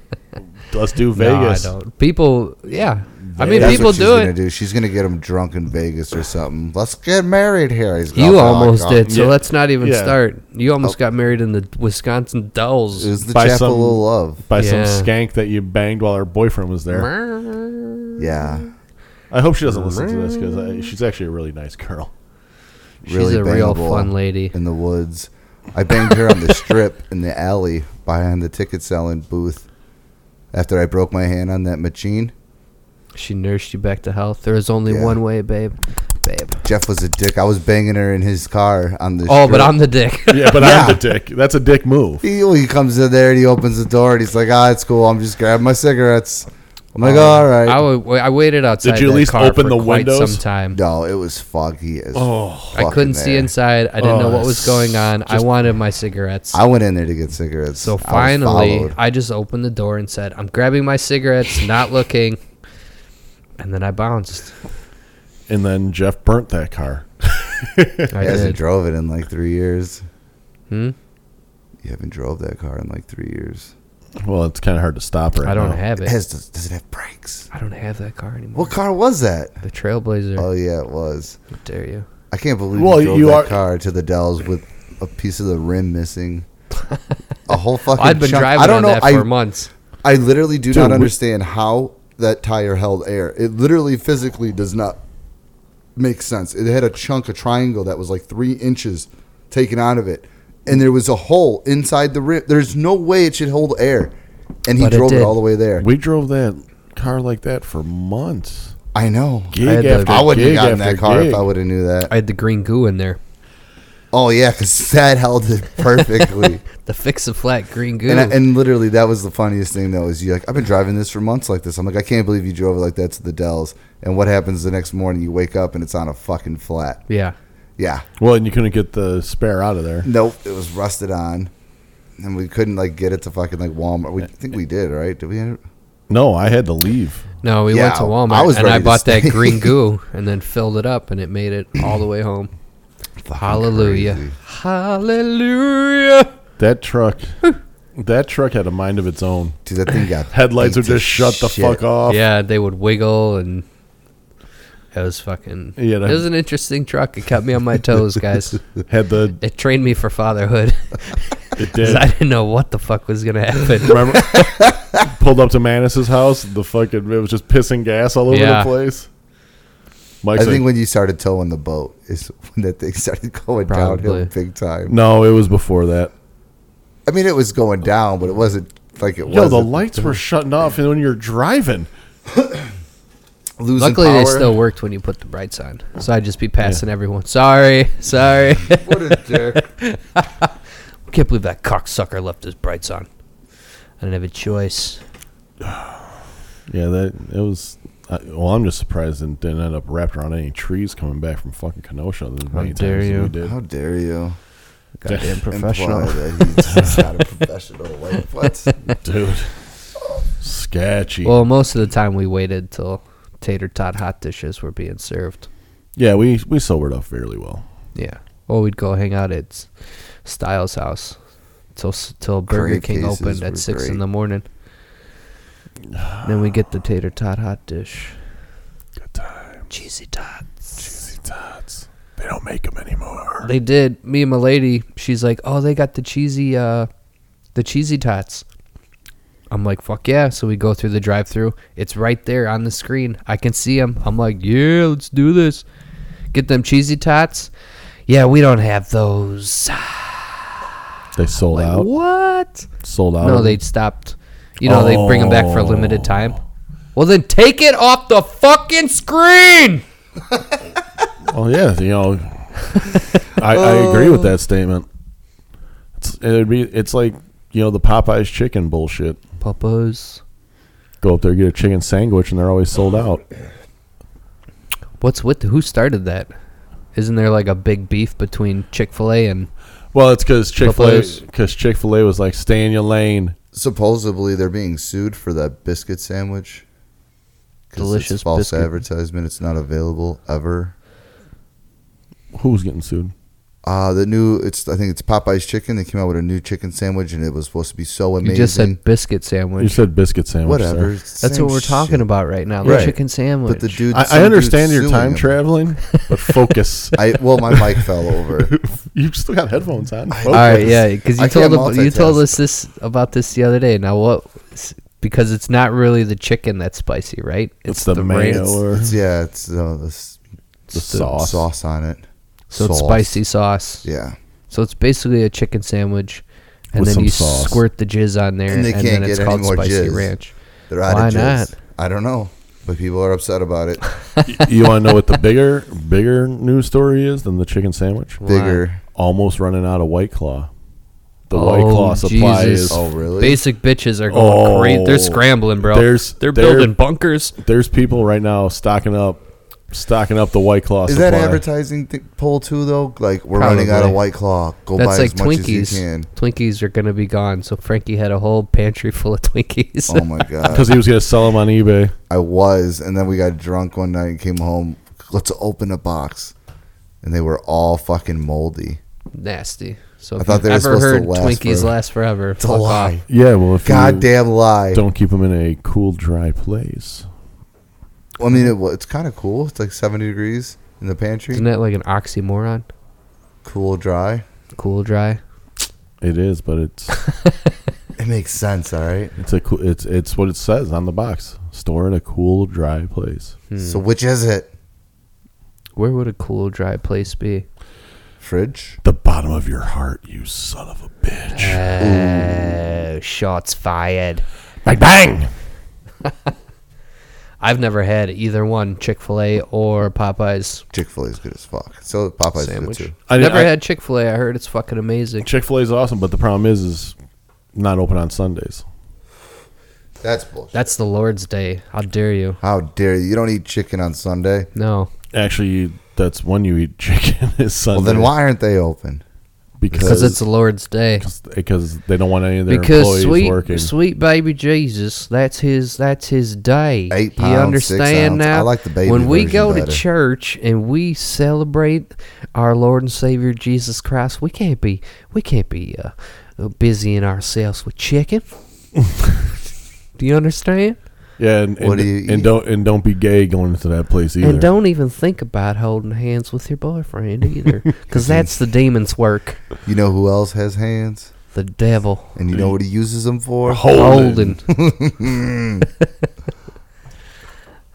Speaker 2: let's do
Speaker 1: No,
Speaker 2: Vegas.
Speaker 1: I don't. People, yeah. I mean,
Speaker 2: That's
Speaker 3: That's
Speaker 1: people
Speaker 3: what she's
Speaker 1: do
Speaker 3: gonna
Speaker 1: it.
Speaker 3: do. She's gonna get him drunk in Vegas or something. Let's get married here. He's
Speaker 1: You
Speaker 3: like, "Oh,
Speaker 1: almost
Speaker 3: God."
Speaker 1: did, so
Speaker 2: Yeah.
Speaker 1: let's not even
Speaker 2: Yeah.
Speaker 1: start. You almost
Speaker 3: Oh.
Speaker 1: got married in the Wisconsin Dells.
Speaker 3: It was the
Speaker 2: By
Speaker 3: chapel
Speaker 2: some-
Speaker 3: of love.
Speaker 2: By
Speaker 1: Yeah.
Speaker 2: some skank that you banged while her boyfriend was there.
Speaker 3: Yeah,
Speaker 2: I hope she doesn't listen to this because she's actually a really nice girl.
Speaker 1: She's
Speaker 3: really
Speaker 1: a real
Speaker 3: bangable
Speaker 1: fun lady.
Speaker 3: in the woods. I banged her on the strip in the alley behind the ticket selling booth. After I broke my hand on that machine,
Speaker 1: She nursed you back to health. There is only
Speaker 3: Yeah.
Speaker 1: one way, babe. Babe.
Speaker 3: Jeff was a dick. I was banging her in his car on the.
Speaker 1: Oh, but
Speaker 3: strip.
Speaker 1: I'm the dick.
Speaker 2: Yeah, but
Speaker 3: Yeah.
Speaker 2: I'm the dick. That's a dick move.
Speaker 3: He, he comes in there and he opens the door and he's like, ah, it's cool. I'm just grabbing my cigarettes. I'm like, all right.
Speaker 1: Oh, I, wa- I waited outside.
Speaker 2: you at
Speaker 1: that
Speaker 2: least
Speaker 1: car
Speaker 2: open
Speaker 1: for
Speaker 2: the
Speaker 1: quite
Speaker 2: windows?
Speaker 1: Some time.
Speaker 3: no, it was foggy as
Speaker 2: Oh,
Speaker 1: I
Speaker 3: fuck in
Speaker 1: couldn't see
Speaker 3: there.
Speaker 1: inside. I didn't know
Speaker 2: Oh,
Speaker 1: what was going on. I
Speaker 2: just-
Speaker 1: wanted my cigarettes.
Speaker 3: I went in there to get cigarettes. I
Speaker 1: so
Speaker 3: was
Speaker 1: finally,
Speaker 3: followed.
Speaker 1: I just opened the door and said, "I'm grabbing my cigarettes, not looking." And then I bounced.
Speaker 2: and then Jeff burnt that car.
Speaker 1: I
Speaker 3: he hasn't
Speaker 1: did.
Speaker 3: drove it in like three years.
Speaker 1: Hmm?
Speaker 3: You haven't drove that car in like three years.
Speaker 2: Well, it's kind of hard to stop her.
Speaker 1: I don't
Speaker 2: now.
Speaker 1: have
Speaker 3: It
Speaker 1: it.
Speaker 3: has. Does, does it have brakes?
Speaker 1: I don't have that car anymore.
Speaker 3: What car was that?
Speaker 1: The Trailblazer.
Speaker 3: Oh yeah, it was.
Speaker 1: How dare you?
Speaker 3: I can't believe
Speaker 2: Well,
Speaker 3: you drove
Speaker 2: you
Speaker 3: that
Speaker 2: are-
Speaker 3: car to the Dells with a piece of the rim missing. A whole fucking.
Speaker 1: I'd been
Speaker 3: chunk.
Speaker 1: driving
Speaker 3: I don't
Speaker 1: on
Speaker 3: know.
Speaker 1: that
Speaker 3: I
Speaker 1: for months.
Speaker 3: I literally do
Speaker 2: Dude,
Speaker 3: not
Speaker 2: we-
Speaker 3: understand how that tire held air. It literally physically does not make sense. It had a chunk, a triangle that was like three inches taken out of it, and there was a hole inside the rim. There's no way it should hold air, and he
Speaker 1: But it
Speaker 3: drove it,
Speaker 1: did.
Speaker 3: all the way there.
Speaker 2: We drove that car like that for months.
Speaker 3: I know.
Speaker 2: Gig
Speaker 1: had the-
Speaker 2: after
Speaker 1: I
Speaker 3: I wouldn't have
Speaker 2: gig
Speaker 3: gotten that
Speaker 2: after
Speaker 3: car
Speaker 2: gig.
Speaker 3: if I would have knew that.
Speaker 1: I had the green goo in there.
Speaker 3: oh yeah, because that held it perfectly.
Speaker 1: The fix a flat green goo.
Speaker 3: and, I, and literally, that was the funniest thing though. Is you like, I've been driving this for months like this. I'm like, I can't believe you drove it like that to the Dells. And what happens the next morning? You wake up and it's on a fucking flat.
Speaker 1: yeah.
Speaker 3: Yeah.
Speaker 2: Well, and you couldn't get the spare out of there.
Speaker 3: Nope, it was rusted on, and we couldn't like get it to fucking like Walmart. We I think we did, right? Did we? end up-
Speaker 2: No, I had to leave.
Speaker 1: No, we went
Speaker 3: Yeah,
Speaker 1: to Walmart
Speaker 3: I was
Speaker 1: and I
Speaker 3: ready to
Speaker 1: bought that
Speaker 3: stay.
Speaker 1: green goo and then filled it up and it made it all the way home. Hallelujah.
Speaker 3: crazy.
Speaker 1: Hallelujah.
Speaker 2: That truck, that truck had a mind of its own.
Speaker 3: Dude, that thing got
Speaker 2: Headlights
Speaker 3: beat
Speaker 2: would
Speaker 3: to
Speaker 2: just shut the
Speaker 3: shit.
Speaker 2: fuck off.
Speaker 1: Yeah, they would wiggle and It was fucking.
Speaker 2: Yeah, that-
Speaker 1: it was an interesting truck. It kept me on my toes, guys.
Speaker 2: Had the
Speaker 1: It trained me for fatherhood. 'Cause
Speaker 2: it did.
Speaker 1: I didn't know what the fuck was gonna happen.
Speaker 2: Remember, pulled up to Manis's house. The fucking it was just pissing gas all over
Speaker 1: Yeah.
Speaker 2: the place.
Speaker 3: I
Speaker 2: Mike's
Speaker 3: think
Speaker 2: like,
Speaker 3: when you started towing the boat is when that thing started going
Speaker 1: Probably.
Speaker 3: downhill big time.
Speaker 2: no, it was before that.
Speaker 3: I mean, it was going down, but it wasn't like it
Speaker 2: Yo,
Speaker 3: was.
Speaker 2: the lights were shutting off, and when you're driving,
Speaker 3: losing
Speaker 1: Luckily,
Speaker 3: power.
Speaker 1: they still worked when you put the brights on. So I'd just be passing everyone. Sorry, sorry.
Speaker 3: What a jerk.
Speaker 1: Can't believe that cocksucker left his brights on. I didn't have a choice.
Speaker 2: yeah, that it was. I, well, I'm just surprised it didn't end up wrapped around any trees coming back from fucking Kenosha. The many
Speaker 1: dare
Speaker 2: times that
Speaker 1: you.
Speaker 2: we did.
Speaker 3: How dare you?
Speaker 1: Goddamn
Speaker 3: Imply
Speaker 1: professional.
Speaker 3: that he's not a professional. Like, what?
Speaker 2: dude. Sketchy.
Speaker 1: Well, most of the time we waited till tater tot hot dishes were being served.
Speaker 2: yeah, we we sobered up fairly well.
Speaker 1: Yeah. Or we'd go hang out at Styles' house till s- till Burger
Speaker 3: Crave
Speaker 1: King
Speaker 3: cases
Speaker 1: opened
Speaker 3: were
Speaker 1: at six
Speaker 3: great.
Speaker 1: in the morning. then we get the tater tot hot dish,
Speaker 2: Good time.
Speaker 1: cheesy tots.
Speaker 2: Cheesy tots. They don't make them anymore.
Speaker 1: They did. Me and my lady, she's like, "Oh, they got the cheesy, uh, the cheesy tots." I'm like, "Fuck yeah!" So we go through the drive-through. It's right there on the screen. I can see them. I'm like, "Yeah, let's do this. Get them cheesy tots." Yeah, we don't have those.
Speaker 2: They sold
Speaker 1: Like,
Speaker 2: out.
Speaker 1: what?
Speaker 2: Sold out.
Speaker 1: No, they stopped. You know, they bring them back for a limited
Speaker 2: Oh.
Speaker 1: time. Well, then take it off the fucking screen.
Speaker 2: Oh yeah, you know, I, I agree with that statement. It's, it'd be it's like you know the Popeyes chicken bullshit.
Speaker 1: Papa's.
Speaker 2: Go up there, get a chicken sandwich, and they're always sold out.
Speaker 1: What's with who started that? Isn't there like a big beef between Chick Fil A and
Speaker 2: Well, it's because Chick Fil A
Speaker 1: Popeyes.
Speaker 2: because Chick Fil A was like stay in your lane.
Speaker 3: Supposedly, they're being sued for that biscuit sandwich. 'Cause
Speaker 1: Delicious
Speaker 3: it's false
Speaker 1: biscuit.
Speaker 3: advertisement. It's not available ever.
Speaker 2: Who's getting sued?
Speaker 3: Uh, the new it's I think it's Popeye's chicken. They came out with a new chicken sandwich, and it was supposed to be so amazing.
Speaker 1: you just said biscuit
Speaker 2: You
Speaker 1: sandwich?
Speaker 2: said biscuit sandwich.
Speaker 3: Whatever.
Speaker 2: sir.
Speaker 3: it's the
Speaker 1: That's
Speaker 3: same
Speaker 1: what we're talking
Speaker 3: shit.
Speaker 1: about right now. The
Speaker 2: Right.
Speaker 1: chicken sandwich.
Speaker 3: But the dude,
Speaker 2: I,
Speaker 3: some
Speaker 2: I
Speaker 3: dude's
Speaker 2: understand your
Speaker 3: suing
Speaker 2: time
Speaker 3: him.
Speaker 2: traveling, but focus.
Speaker 3: I well, my mic fell over.
Speaker 2: you still got headphones on.
Speaker 1: All right, yeah,
Speaker 3: Focus.
Speaker 1: because
Speaker 3: I
Speaker 1: you told
Speaker 3: can't
Speaker 1: ab- you told
Speaker 3: multitask.
Speaker 1: us this about this the other day. Now what? s- Because it's not really the chicken that's spicy, right?
Speaker 2: It's, the,
Speaker 1: ranch-
Speaker 2: mayo or
Speaker 3: It's, yeah, it's uh, the, s-
Speaker 2: the sauce.
Speaker 3: sauce on it.
Speaker 1: So it's
Speaker 3: Sauce.
Speaker 1: spicy sauce.
Speaker 3: Yeah,
Speaker 1: So it's basically a chicken sandwich, and
Speaker 2: With
Speaker 1: then
Speaker 2: some
Speaker 1: you
Speaker 2: sauce.
Speaker 1: squirt the jizz on there,
Speaker 3: And
Speaker 1: and,
Speaker 3: they
Speaker 1: then
Speaker 3: can't
Speaker 1: it's
Speaker 3: get any
Speaker 1: called
Speaker 3: more
Speaker 1: spicy
Speaker 3: jizz.
Speaker 1: ranch.
Speaker 3: they're out
Speaker 1: Why
Speaker 3: of jizz.
Speaker 1: not?
Speaker 3: I don't know, but people are upset about it.
Speaker 2: you want to know what the bigger bigger news story is than the chicken sandwich?
Speaker 1: Why?
Speaker 3: Bigger.
Speaker 2: Almost running out of White Claw. The White
Speaker 1: Oh,
Speaker 2: Claw supply
Speaker 1: Jesus.
Speaker 2: is
Speaker 3: Oh, really?
Speaker 1: Basic bitches are going
Speaker 2: Oh.
Speaker 1: crazy. They're scrambling, bro.
Speaker 2: There's-
Speaker 1: they're
Speaker 2: there-
Speaker 1: building bunkers.
Speaker 2: there's people right now stocking up, stocking up the White Claw
Speaker 3: Is
Speaker 2: supply.
Speaker 3: that advertising th- poll too though? Like we're running out
Speaker 1: Probably.
Speaker 3: of White Claw. Go
Speaker 1: That's
Speaker 3: buy
Speaker 1: like
Speaker 3: as much as
Speaker 1: Twinkies.
Speaker 3: you can.
Speaker 1: Twinkies are gonna be gone. So Frankie had a whole pantry full of Twinkies.
Speaker 3: Oh my god!
Speaker 2: Because he was gonna sell them on eBay.
Speaker 3: I was, and then we got drunk one night and came home. Let's open a box, and they were all fucking moldy.
Speaker 1: Nasty. So
Speaker 3: I
Speaker 1: if
Speaker 3: thought
Speaker 1: you've
Speaker 3: they were
Speaker 1: ever
Speaker 3: supposed to
Speaker 1: heard
Speaker 3: last
Speaker 1: Twinkies
Speaker 3: forever.
Speaker 1: last forever,
Speaker 3: It's a
Speaker 1: fuck off.
Speaker 3: lie.
Speaker 2: Yeah, well, if you
Speaker 3: Goddamn lie.
Speaker 2: don't keep them in a cool, dry place.
Speaker 3: I mean, it, wa- it's kind of cool. It's like seventy degrees in the pantry.
Speaker 1: Isn't that like an oxymoron?
Speaker 3: Cool, dry.
Speaker 1: Cool dry.
Speaker 2: It is, but it's
Speaker 3: It makes sense. All right.
Speaker 2: it's a cool, it's it's what it says on the box. Store in a cool, dry place.
Speaker 3: So which is it?
Speaker 1: Where would a cool dry place be?
Speaker 3: Fridge.
Speaker 2: The bottom of your heart, you son of a bitch.
Speaker 3: Uh,
Speaker 1: Oh, shots fired.
Speaker 2: Bang bang.
Speaker 1: I've never had either one, Chick Fil A or Popeyes
Speaker 3: Chick Fil A is good as fuck. So is Popeye's
Speaker 1: sandwich.
Speaker 3: good too.
Speaker 2: I-
Speaker 1: never
Speaker 2: I-
Speaker 1: had Chick Fil A. I heard it's fucking amazing.
Speaker 2: Chick Fil A is awesome, but the problem is, is not open on Sundays.
Speaker 3: That's bullshit.
Speaker 1: That's the Lord's Day. How dare you?
Speaker 3: How dare you? You don't eat chicken on Sunday.
Speaker 1: No,
Speaker 2: Actually, you- that's when you eat chicken is Sunday.
Speaker 3: Well, then why aren't they open?
Speaker 1: because
Speaker 2: Because
Speaker 1: it's the Lord's Day.
Speaker 2: because they don't want any of their
Speaker 1: Because
Speaker 2: employees
Speaker 1: sweet,
Speaker 2: working.
Speaker 1: sweet baby Jesus, that's his, that's his day.
Speaker 3: Eight
Speaker 1: you
Speaker 3: pounds,
Speaker 1: understand
Speaker 3: six ounce.
Speaker 1: now?
Speaker 3: I like the baby
Speaker 1: When we
Speaker 3: version
Speaker 1: go to
Speaker 3: better.
Speaker 1: church and we celebrate our Lord and Savior Jesus Christ, we can't be, we can't be uh, busying ourselves with chicken. Do you understand?
Speaker 2: Yeah, and, and,
Speaker 3: What do you
Speaker 2: and
Speaker 3: eat?
Speaker 2: don't and don't be gay going into that place either.
Speaker 1: And don't even think about holding hands with your boyfriend either, because that's the demon's work.
Speaker 3: You know who else has hands?
Speaker 1: The devil
Speaker 3: And you know what he uses them for?
Speaker 1: holding.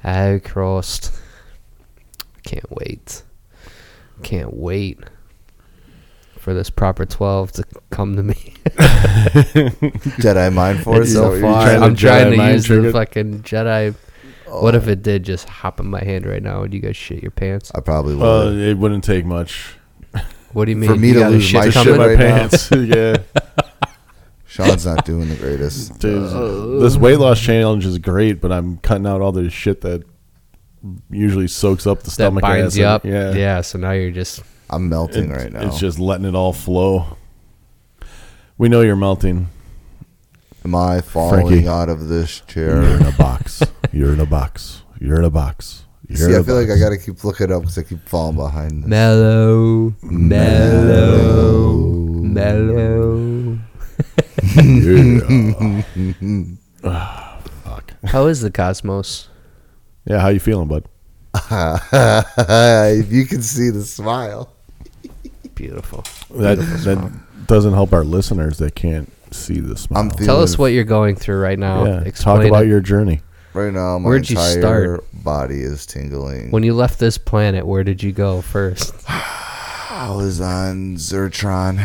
Speaker 1: oh Christ! Can't wait. Can't wait for this proper twelve to come to me.
Speaker 3: Jedi mind force.
Speaker 2: It's
Speaker 3: is that
Speaker 2: so
Speaker 3: what you're
Speaker 2: far.
Speaker 3: trying to-
Speaker 1: I'm
Speaker 2: Jedi
Speaker 1: trying to
Speaker 2: mind
Speaker 1: use the
Speaker 2: trigger.
Speaker 1: fucking Jedi.
Speaker 3: Oh,
Speaker 1: What if it did just hop in my hand right now and you guys shit your pants?
Speaker 3: I probably
Speaker 2: Uh,
Speaker 3: would.
Speaker 2: it wouldn't take much.
Speaker 1: What do you mean?
Speaker 3: for me
Speaker 1: You
Speaker 3: to
Speaker 1: got a
Speaker 3: lose my
Speaker 2: I
Speaker 3: I
Speaker 1: coming?
Speaker 2: shit
Speaker 3: should
Speaker 2: my
Speaker 3: right now.
Speaker 2: pants. yeah,
Speaker 3: Sean's not doing the greatest.
Speaker 2: Dude,
Speaker 3: Uh,
Speaker 2: this weight loss challenge is great, but I'm cutting out all the shit that usually soaks up the
Speaker 1: that
Speaker 2: stomach
Speaker 1: binds
Speaker 2: acid.
Speaker 1: you up.
Speaker 2: Yeah,
Speaker 1: Yeah. So now you're just
Speaker 3: I'm melting
Speaker 2: It's-
Speaker 3: right now.
Speaker 2: It's just letting it all flow. We know you're melting.
Speaker 3: Am I falling
Speaker 2: Frankie.
Speaker 3: out of this
Speaker 2: You're
Speaker 3: chair?
Speaker 2: in a box. You're in a box. You're in a box. You're
Speaker 3: See,
Speaker 2: in
Speaker 3: I
Speaker 2: a
Speaker 3: feel like I
Speaker 2: box.
Speaker 3: gotta keep looking up because I keep falling behind. This.
Speaker 1: mellow, mellow, mellow.
Speaker 2: Yeah. Fuck.
Speaker 1: How is the cosmos?
Speaker 2: Yeah, how you feeling, bud?
Speaker 3: if you can see the smile.
Speaker 1: Beautiful.
Speaker 2: That that doesn't help our listeners. They can't see the smile.
Speaker 3: I'm feeling
Speaker 1: Tell us what you're going through right now.
Speaker 2: yeah,
Speaker 1: Explain
Speaker 2: talk about
Speaker 1: it.
Speaker 2: your journey.
Speaker 3: right now. My
Speaker 1: Where'd you
Speaker 3: entire
Speaker 1: start?
Speaker 3: body is tingling.
Speaker 1: when you left this planet. Where did you go first?
Speaker 3: I was on Zertron.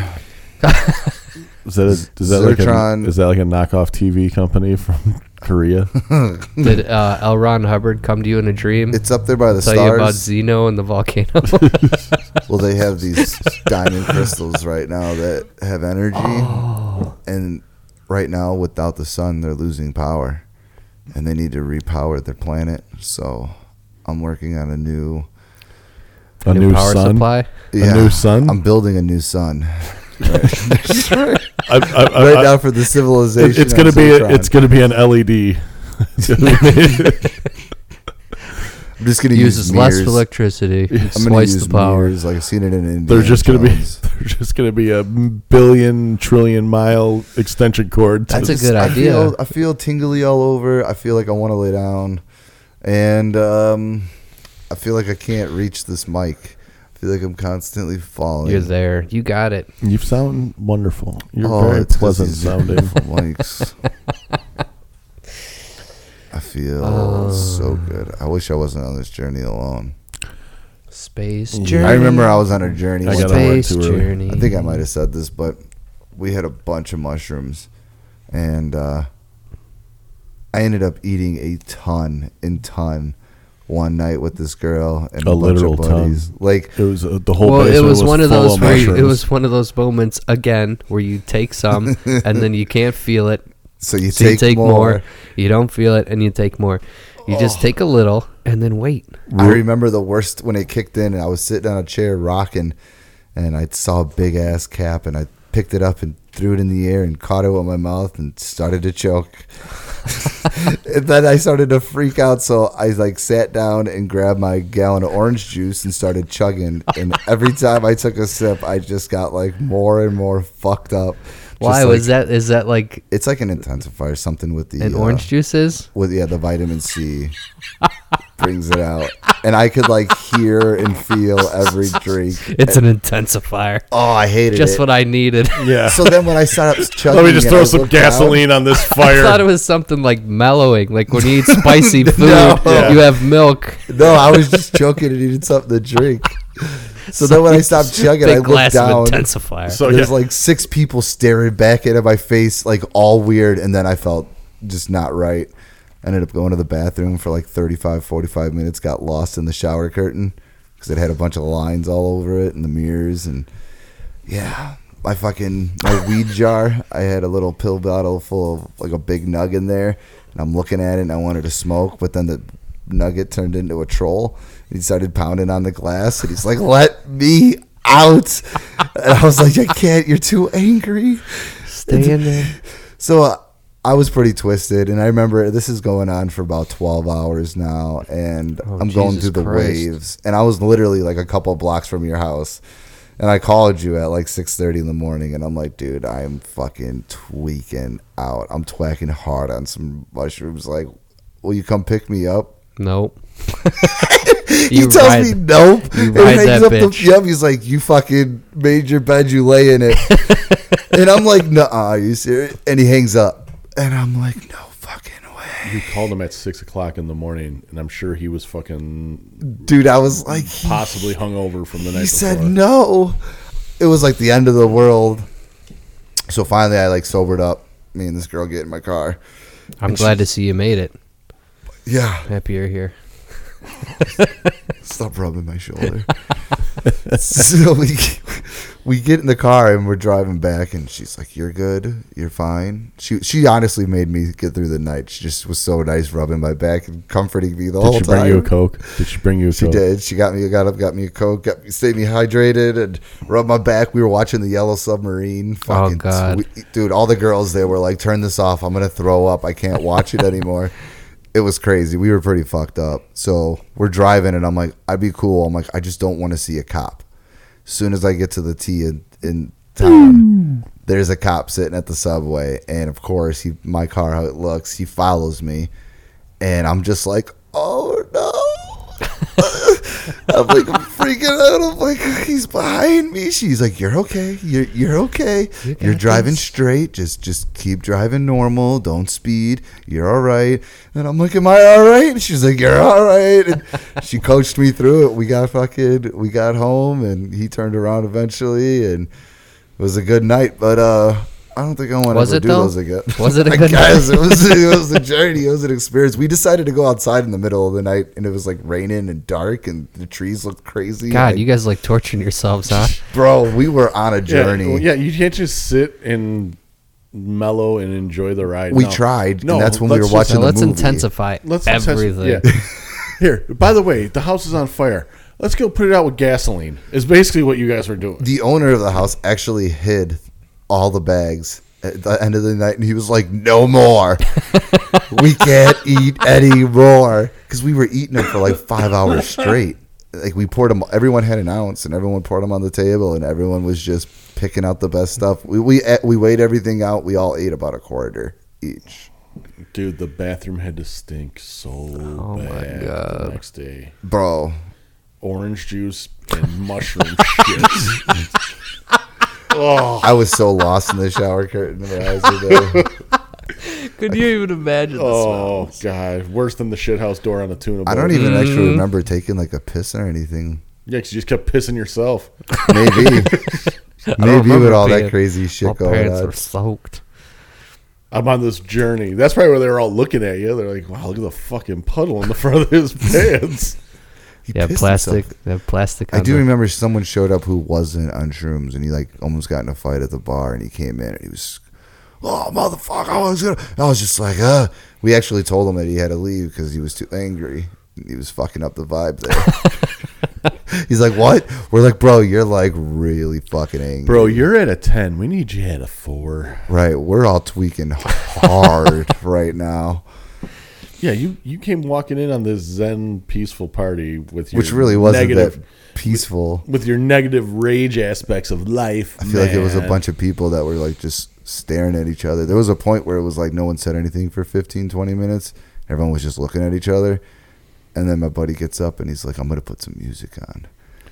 Speaker 2: Is that a, is that like a,
Speaker 3: Zyrtron.
Speaker 2: is that like a knockoff TV company from Korea?
Speaker 1: did uh, L. Ron Hubbard come to you in a dream?
Speaker 3: It's up there by the
Speaker 1: tell you about
Speaker 3: stars.
Speaker 1: Zeno and the volcano.
Speaker 3: well, they have these diamond crystals right now that have energy,
Speaker 1: Oh.
Speaker 3: and right now without the sun, they're losing power, and they need to repower their planet. So, I'm working on a new.
Speaker 2: A new,
Speaker 1: power
Speaker 2: sun.
Speaker 1: supply.
Speaker 2: A new sun.
Speaker 3: I'm building a new sun
Speaker 2: I- I-
Speaker 1: Uh,
Speaker 2: I-
Speaker 3: right
Speaker 2: I-
Speaker 3: now for the
Speaker 2: it-
Speaker 3: civilization.
Speaker 2: it's
Speaker 3: on
Speaker 2: gonna be
Speaker 3: Zyrtron.
Speaker 2: it's gonna be an LED. It's gonna be-
Speaker 3: I'm just gonna
Speaker 1: Uses
Speaker 3: use
Speaker 1: less
Speaker 3: mirrors.
Speaker 1: electricity.
Speaker 3: I'm gonna
Speaker 1: Twice
Speaker 3: use
Speaker 1: the power.
Speaker 3: mirrors, like I've seen it in India.
Speaker 2: there's just gonna be there's just gonna be a billion trillion mile extension cord. to
Speaker 1: That's a
Speaker 2: this-
Speaker 1: good
Speaker 3: I
Speaker 1: idea.
Speaker 3: Feel, I feel tingly all over. I feel like I want to lay down, and um, I feel like I can't reach this mic. I feel like I'm constantly falling.
Speaker 1: You're there. You got it.
Speaker 2: You sound wonderful. You're
Speaker 3: Oh,
Speaker 2: very
Speaker 3: it's 'cause
Speaker 2: pleasant
Speaker 3: these
Speaker 2: sounding.
Speaker 3: beautiful mics. I feel so good. I wish I wasn't on this journey alone.
Speaker 1: Space
Speaker 2: I
Speaker 1: journey.
Speaker 3: I remember I was on a journey.
Speaker 2: I
Speaker 3: one
Speaker 2: gotta
Speaker 3: time.
Speaker 2: work
Speaker 1: Space
Speaker 2: too early.
Speaker 1: journey.
Speaker 3: I think I might have said this, but we had a bunch of mushrooms, and uh, I ended up eating a ton and ton one night with this girl and a,
Speaker 2: A
Speaker 3: bunch
Speaker 2: literal
Speaker 3: of buddies. Like
Speaker 2: It was uh, the whole.
Speaker 1: well, it
Speaker 2: basement
Speaker 1: was, one of
Speaker 2: full
Speaker 1: those where you- it
Speaker 2: mushrooms.
Speaker 1: was one of those moments again where you take some and then you can't feel it,
Speaker 3: so, you,
Speaker 1: so
Speaker 3: take
Speaker 1: you take more. Oh.
Speaker 3: more.
Speaker 1: You don't feel it, and you take more. You just take a little and then wait.
Speaker 3: I remember the worst when it kicked in, and I was sitting on a chair rocking, and I saw a big ass cap, and I picked it up and threw it in the air and caught it with my mouth and started to choke. and then I started to freak out, so I like sat down and grabbed my gallon of orange juice and started chugging. And every time I took a sip, I just got like more and more fucked up.
Speaker 1: Why
Speaker 3: Just,
Speaker 1: was
Speaker 3: like-
Speaker 1: that? Is that like
Speaker 3: It's like an intensifier, something with the
Speaker 1: an
Speaker 3: uh,
Speaker 1: orange juice is?
Speaker 3: with yeah the vitamin C brings it out, and I could like hear and feel every drink.
Speaker 1: It's an intensifier.
Speaker 3: Oh, I hated
Speaker 1: Just
Speaker 3: it.
Speaker 1: what I needed.
Speaker 2: Yeah.
Speaker 3: so then when I sat up chugging,
Speaker 2: Let me just
Speaker 3: and I
Speaker 2: throw some
Speaker 3: looked down-
Speaker 2: gasoline on this
Speaker 1: I
Speaker 2: fire.
Speaker 1: thought it was something like mellowing, like when you eat spicy food,
Speaker 2: Yeah.
Speaker 1: you have milk.
Speaker 3: No, I was just choking and eating something to drink. So then when I stopped chugging, I
Speaker 1: Big
Speaker 3: looked
Speaker 1: glass
Speaker 3: down.
Speaker 1: of intensifier.
Speaker 2: so yeah,
Speaker 3: There's like six people staring back into my face, like all weird, and then I felt just not right. Ended up going to the bathroom for like 35, 45 minutes, got lost in the shower curtain because it had a bunch of lines all over it and the mirrors. And yeah, my fucking my weed jar, I had a little pill bottle full of like a big nug in there, and I'm looking at it and I wanted to smoke, but then the nugget turned into a troll. And he started pounding on the glass, and he's like, "Let me out!" And I was like, "I can't. You're too angry."
Speaker 1: Stay in there.
Speaker 3: So uh, I was pretty twisted, and I remember this is going on for about twelve hours now, and
Speaker 1: Oh,
Speaker 3: I'm going
Speaker 1: Jesus
Speaker 3: through the
Speaker 1: Christ.
Speaker 3: waves, and I was literally like a couple blocks from your house. And I called you at like six thirty in the morning, and I'm like, dude, I'm fucking tweaking out. I'm twacking hard on some mushrooms. Like, "Will you come pick me up?"
Speaker 1: Nope.
Speaker 3: he tells me nope.
Speaker 1: you
Speaker 3: and
Speaker 1: ride
Speaker 3: hangs
Speaker 1: that
Speaker 3: up
Speaker 1: bitch.
Speaker 3: The, yep, he's like, you fucking made your bed, you lay in it. and I'm like, nah, are you serious? And he hangs up. And I'm like, no fucking way.
Speaker 2: We called him at six o'clock in the morning, and I'm sure he was fucking
Speaker 3: Dude, I was like, he,
Speaker 2: possibly hungover from the night
Speaker 3: he
Speaker 2: before.
Speaker 3: said no. It was like the end of the world. So finally, I like sobered up. Me and this girl get in my car.
Speaker 1: I'm glad to see you made it.
Speaker 3: Yeah,
Speaker 1: Happy you're here.
Speaker 3: stop rubbing my shoulder. so we, we get in the car and we're driving back, and she's like, "You're good. You're fine." She she honestly made me get through the night. She just was so nice, rubbing my back and comforting me the
Speaker 2: Did
Speaker 3: whole
Speaker 2: she bring
Speaker 3: time.
Speaker 2: you a coke? Did she bring you a
Speaker 3: she
Speaker 2: coke?
Speaker 3: did. She got me. Got up. Got me a coke. Got me, stayed me hydrated and rubbed my back. We were watching the Yellow Submarine. Fucking
Speaker 1: God.
Speaker 3: sweet- dude! All the girls there were like, "Turn this off. I'm gonna throw up. I can't watch it anymore." It was crazy. We were pretty fucked up. So we're driving, and I'm like, "I'd be cool." I'm like, "I just don't want to see a cop." soon as I get to the T in, in town, there's a cop sitting at the subway, and of course, he my car how it looks, he follows me, and I'm just like, oh no. I'm like I'm freaking out. I'm like he's behind me. She's like, "You're okay. You're you're okay.
Speaker 1: You
Speaker 3: You're
Speaker 1: got
Speaker 3: driving
Speaker 1: this."
Speaker 3: straight. Just just keep driving normal. Don't speed. You're all right." And I'm like, "Am I all right?" And she's like, "You're all right." And she coached me through it. We got fucking. We got home, and he turned around eventually, and it was a good night. But uh, I don't think I want
Speaker 1: Was
Speaker 3: to
Speaker 1: it
Speaker 3: do
Speaker 1: though?
Speaker 3: those again.
Speaker 1: Was it a
Speaker 3: I
Speaker 1: good
Speaker 3: guess
Speaker 1: night?
Speaker 3: it was. It was a journey. It was an experience. We decided to go outside in the middle of the night, and it was like raining and dark, and the trees looked crazy.
Speaker 1: God,
Speaker 3: Like,
Speaker 1: you guys like torturing yourselves, huh?
Speaker 3: bro, we were on a
Speaker 2: Yeah,
Speaker 3: journey.
Speaker 2: well, Yeah, you can't just sit and mellow and enjoy the ride.
Speaker 3: We
Speaker 2: No.
Speaker 3: tried, and that's when we
Speaker 2: let's
Speaker 3: were
Speaker 2: just-
Speaker 1: So
Speaker 3: watching the
Speaker 1: let's
Speaker 3: movie.
Speaker 1: intensify
Speaker 2: Let's let's have-
Speaker 1: everything.
Speaker 2: yeah. Here, by the way, the house is on fire. Let's go put it out with gasoline. Is basically what you guys were doing.
Speaker 3: The owner of the house actually hid all the bags at the end of the night, and he was like, "No more. we can't eat any more because we were eating them for like five hours straight. Like we poured them. Everyone had an ounce, and everyone poured them on the table, and everyone was just picking out the best stuff. We we ate- we weighed everything out. We all ate about a quarter each.
Speaker 2: Dude, the bathroom had to stink so
Speaker 1: Oh my
Speaker 2: bad the
Speaker 1: God.
Speaker 2: next day.
Speaker 3: Bro,
Speaker 2: Orange juice and mushroom shit.
Speaker 3: I was so lost in the shower curtain when I was in there.
Speaker 1: Could you even imagine this?
Speaker 2: Oh god, worse than the shithouse door on a tuna.
Speaker 3: I
Speaker 2: boat.
Speaker 3: don't
Speaker 1: Mm.
Speaker 3: even actually remember taking like a piss or anything.
Speaker 2: Yeah, 'cause you just kept pissing yourself.
Speaker 3: Maybe. Maybe with
Speaker 1: remember
Speaker 3: all
Speaker 1: being-
Speaker 3: that crazy shit
Speaker 1: My
Speaker 3: going
Speaker 1: parents
Speaker 3: on.
Speaker 1: were soaked.
Speaker 2: I'm on this journey. That's probably where they were all looking at you. They're like, "Wow, look at the fucking puddle in the front of his pants."
Speaker 3: He
Speaker 1: Yeah,
Speaker 3: pissed
Speaker 1: plastic.
Speaker 3: himself.
Speaker 1: They have plastic.
Speaker 3: I
Speaker 1: on
Speaker 3: do
Speaker 1: the-
Speaker 3: remember someone showed up who wasn't on shrooms and he like almost got in a fight at the bar and he came in and he was Oh motherfucker, I was gonna I was just like, uh we actually told him that he had to leave because he was too angry. He was fucking up the vibe there. He's like, What? We're like, bro, you're like really fucking angry.
Speaker 2: Bro, you're at a ten. We need you at a four.
Speaker 3: Right. We're all tweaking hard right now.
Speaker 2: Yeah, you you came walking in on this zen peaceful party with your
Speaker 3: Which really wasn't
Speaker 2: negative,
Speaker 3: that peaceful.
Speaker 2: with your negative rage aspects of life.
Speaker 3: I feel like it was a bunch of people that were like just staring at each other. There was a point where it was like no one said anything for 15, 20 minutes. Everyone was just looking at each other. And then my buddy gets up and he's like, I'm going to put some music on.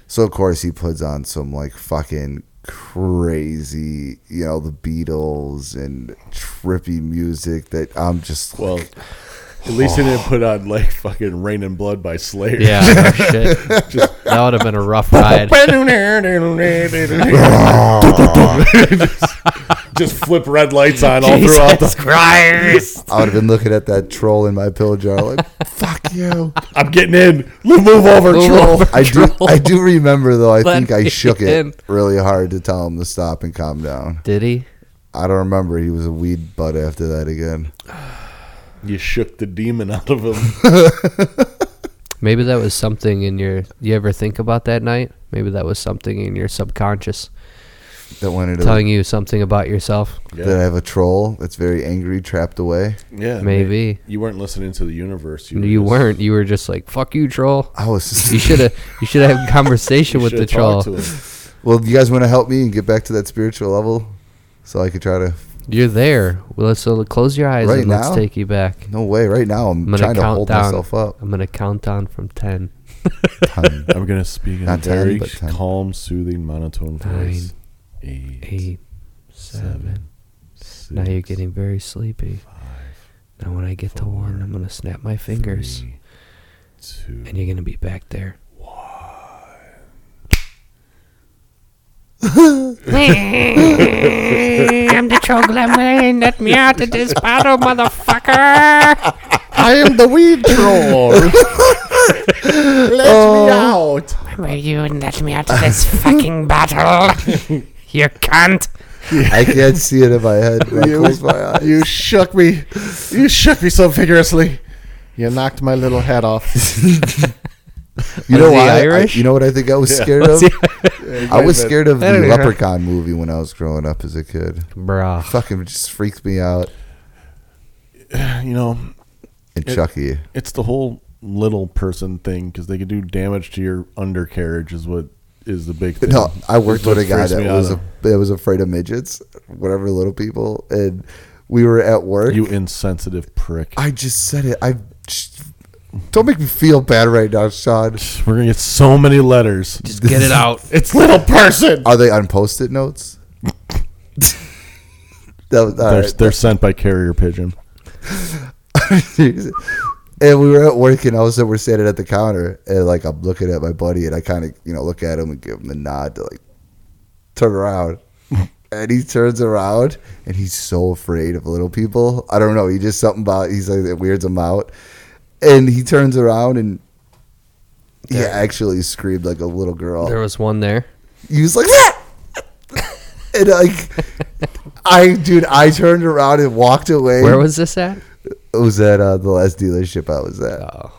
Speaker 3: So, of course, he puts on some like fucking crazy, you know, the Beatles and trippy music that I'm just
Speaker 2: Well,
Speaker 3: like,
Speaker 2: at least they didn't put on like fucking "Rain and Blood" by Slayer.
Speaker 1: Yeah, no shit. that would have been a rough ride.
Speaker 2: just flip red lights on all throughout
Speaker 1: Jesus
Speaker 2: the.
Speaker 1: Christ!
Speaker 3: I would have been looking at that troll in my pill jar like, fuck you.
Speaker 2: I'm getting in. Move over,
Speaker 1: Move
Speaker 2: troll.
Speaker 1: over.
Speaker 3: I do.
Speaker 1: Troll.
Speaker 3: I do remember though. I
Speaker 1: Let
Speaker 3: think I
Speaker 1: me
Speaker 3: shook
Speaker 1: in.
Speaker 3: it really hard to tell him to stop and calm down.
Speaker 1: Did he?
Speaker 3: I don't remember. He was a weed butt after that again.
Speaker 2: You shook the demon out of him.
Speaker 1: Maybe that was something in your. You ever think about that night? Maybe that was something in your subconscious
Speaker 3: That wanted to.
Speaker 1: telling you something about yourself.
Speaker 3: That I have a troll that's very angry, trapped away.
Speaker 2: Yeah,
Speaker 1: Maybe.
Speaker 2: you weren't listening to the universe.
Speaker 1: You
Speaker 2: just-
Speaker 1: weren't. You were just like, "Fuck you, troll."
Speaker 3: I was.
Speaker 1: You should have. You should have had a conversation
Speaker 2: you
Speaker 1: with the
Speaker 2: should've talked
Speaker 1: troll.
Speaker 2: to him.
Speaker 3: well, you guys want to help me and get back to that spiritual level, so I could try to
Speaker 1: You're there. Well, let's, so close your eyes
Speaker 3: Right
Speaker 1: and let's
Speaker 3: now?
Speaker 1: take you back.
Speaker 3: No way. Right now, I'm,
Speaker 1: I'm gonna
Speaker 3: trying to
Speaker 1: count
Speaker 3: hold
Speaker 1: down.
Speaker 3: myself up.
Speaker 1: I'm gonna count down from ten.
Speaker 3: Time.
Speaker 2: I'm gonna speak in a
Speaker 3: Not ten,
Speaker 2: very
Speaker 3: but ten.
Speaker 2: calm, soothing, monotone voice. Eight,
Speaker 1: Eight, seven.
Speaker 2: seven, six,
Speaker 1: now you're getting very sleepy.
Speaker 2: five,
Speaker 1: Now when I get to one, I'm gonna snap my fingers,
Speaker 2: three, two.
Speaker 1: and you're gonna be back there.
Speaker 4: I'm the Choglamarin. Let me out of this bottle, motherfucker.
Speaker 2: I am the weed troll. Let me out.
Speaker 4: Will you let me out of this fucking battle? You cunt.
Speaker 3: I can't see it in my head. but I close my eyes.
Speaker 2: You shook me. You shook me so vigorously. You knocked my little head off.
Speaker 3: You
Speaker 1: Was
Speaker 3: know
Speaker 1: he
Speaker 3: why? I-
Speaker 1: Irish?
Speaker 3: you know what I think I was scared of? I was scared of the Leprechaun movie when I was growing up as a kid.
Speaker 1: Bruh.
Speaker 3: Fucking just freaked me out.
Speaker 2: You know,
Speaker 3: And
Speaker 2: It-
Speaker 3: Chucky.
Speaker 2: it's the whole little person thing because they can do damage to your undercarriage is what is the big thing.
Speaker 3: No, I worked
Speaker 2: It's what
Speaker 3: with a guy
Speaker 2: freaks
Speaker 3: that
Speaker 2: me out
Speaker 3: was
Speaker 2: of-
Speaker 3: a, that was afraid of midgets, whatever little people, and we were at work.
Speaker 2: you insensitive prick.
Speaker 3: I just said it. I just, don't make me feel bad right now, Sean.
Speaker 2: We're gonna get so many letters.
Speaker 1: Just get it out.
Speaker 2: It's little person.
Speaker 3: Are they on post-it notes? that was, all
Speaker 2: They're,
Speaker 3: right.
Speaker 2: they're sent by carrier pigeon.
Speaker 3: and we were at work, and all of a sudden we're standing at the counter, and like I'm looking at my buddy, and I kind of you know look at him and give him the nod to like turn around, and he turns around, and he's so afraid of little people. I don't know. He just something about he's like it weirds him out, and he turns around and. He
Speaker 1: There-
Speaker 3: actually screamed like a little girl.
Speaker 1: There was one there.
Speaker 3: He was like, "Ah!" and like, I dude, I turned around and walked away.
Speaker 1: Where was this at?
Speaker 3: it was at uh, the last dealership I was at?
Speaker 1: Oh,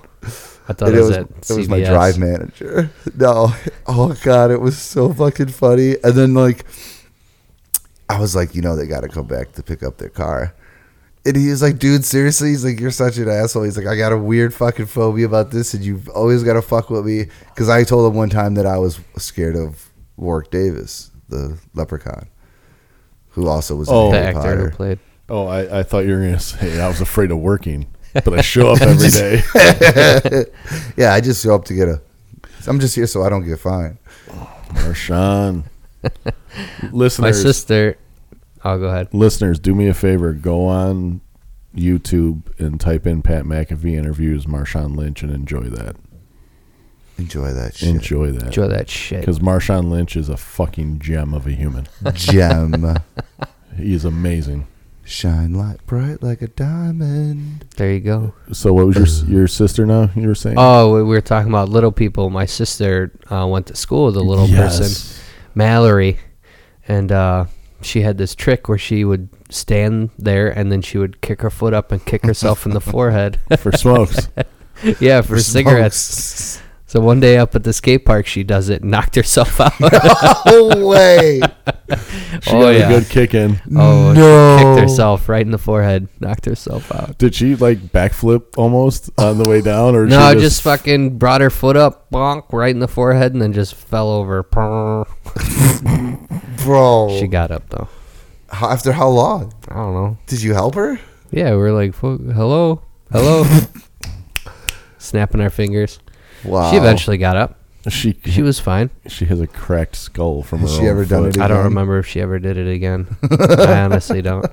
Speaker 1: I thought
Speaker 3: And
Speaker 1: it was, at
Speaker 3: it was my
Speaker 1: CVS.
Speaker 3: drive manager. No, oh god, it was so fucking funny. And then like, I was like, you know, they got to come back to pick up their car. And he was like, dude, seriously? He's like, you're such an asshole. He's like, I got a weird fucking phobia about this, and you've always got to fuck with me. Because I told him one time that I was scared of Warwick Davis, the leprechaun, who also was
Speaker 2: Oh.
Speaker 3: in
Speaker 1: The
Speaker 3: Harry
Speaker 1: actor who
Speaker 3: Potter.
Speaker 1: played.
Speaker 2: Oh, I, I thought you were gonna say I was afraid of working, but I show up every day.
Speaker 3: yeah, I just show up to get a. I'm just here so I don't get fined.
Speaker 2: Marshawn,
Speaker 1: My
Speaker 2: listeners,
Speaker 1: sister. Oh, go ahead.
Speaker 2: listeners, do me a favor. Go on YouTube and type in Pat McAfee interviews Marshawn Lynch and enjoy that.
Speaker 3: Enjoy that shit.
Speaker 2: Enjoy that.
Speaker 1: Enjoy that shit.
Speaker 2: Because Marshawn Lynch is a fucking gem of a human.
Speaker 3: Gem.
Speaker 2: He is amazing.
Speaker 3: Shine light bright like a diamond.
Speaker 1: There you go.
Speaker 2: So, what was your s- your sister now? You were saying
Speaker 1: Oh, we we were talking about little people. My sister uh, went to school with a little person, Mallory, and uh, she had this trick where she would stand there and then she would kick her foot up and kick herself in the forehead.
Speaker 2: for smokes.
Speaker 1: yeah, for, cigarettes.
Speaker 3: smokes.
Speaker 1: So one day up at the skate park, she does it, and knocked herself out.
Speaker 3: No way.
Speaker 2: She
Speaker 1: Oh,
Speaker 2: got
Speaker 1: yeah.
Speaker 2: a good kick in.
Speaker 1: oh, she
Speaker 3: No.
Speaker 1: kicked herself right in the forehead, knocked herself out.
Speaker 2: Did she like backflip almost on the way down, or
Speaker 1: No,
Speaker 2: she
Speaker 1: just, fucking brought her foot up, bonk, right in the forehead, and then just fell over.
Speaker 2: Oh.
Speaker 1: Prrr.
Speaker 3: Bro.
Speaker 1: She got up though.
Speaker 3: How- After how long?
Speaker 1: I don't know.
Speaker 3: Did you help her?
Speaker 1: Yeah, we are like, "Fu- hello, hello, snapping our fingers.
Speaker 3: Wow.
Speaker 1: She eventually got up.
Speaker 2: she
Speaker 1: She was fine.
Speaker 2: she has a cracked skull from her.
Speaker 3: Has she
Speaker 2: own
Speaker 3: ever done
Speaker 2: foot.
Speaker 3: it
Speaker 1: I don't
Speaker 3: again?
Speaker 1: remember if she ever did it again. I honestly don't.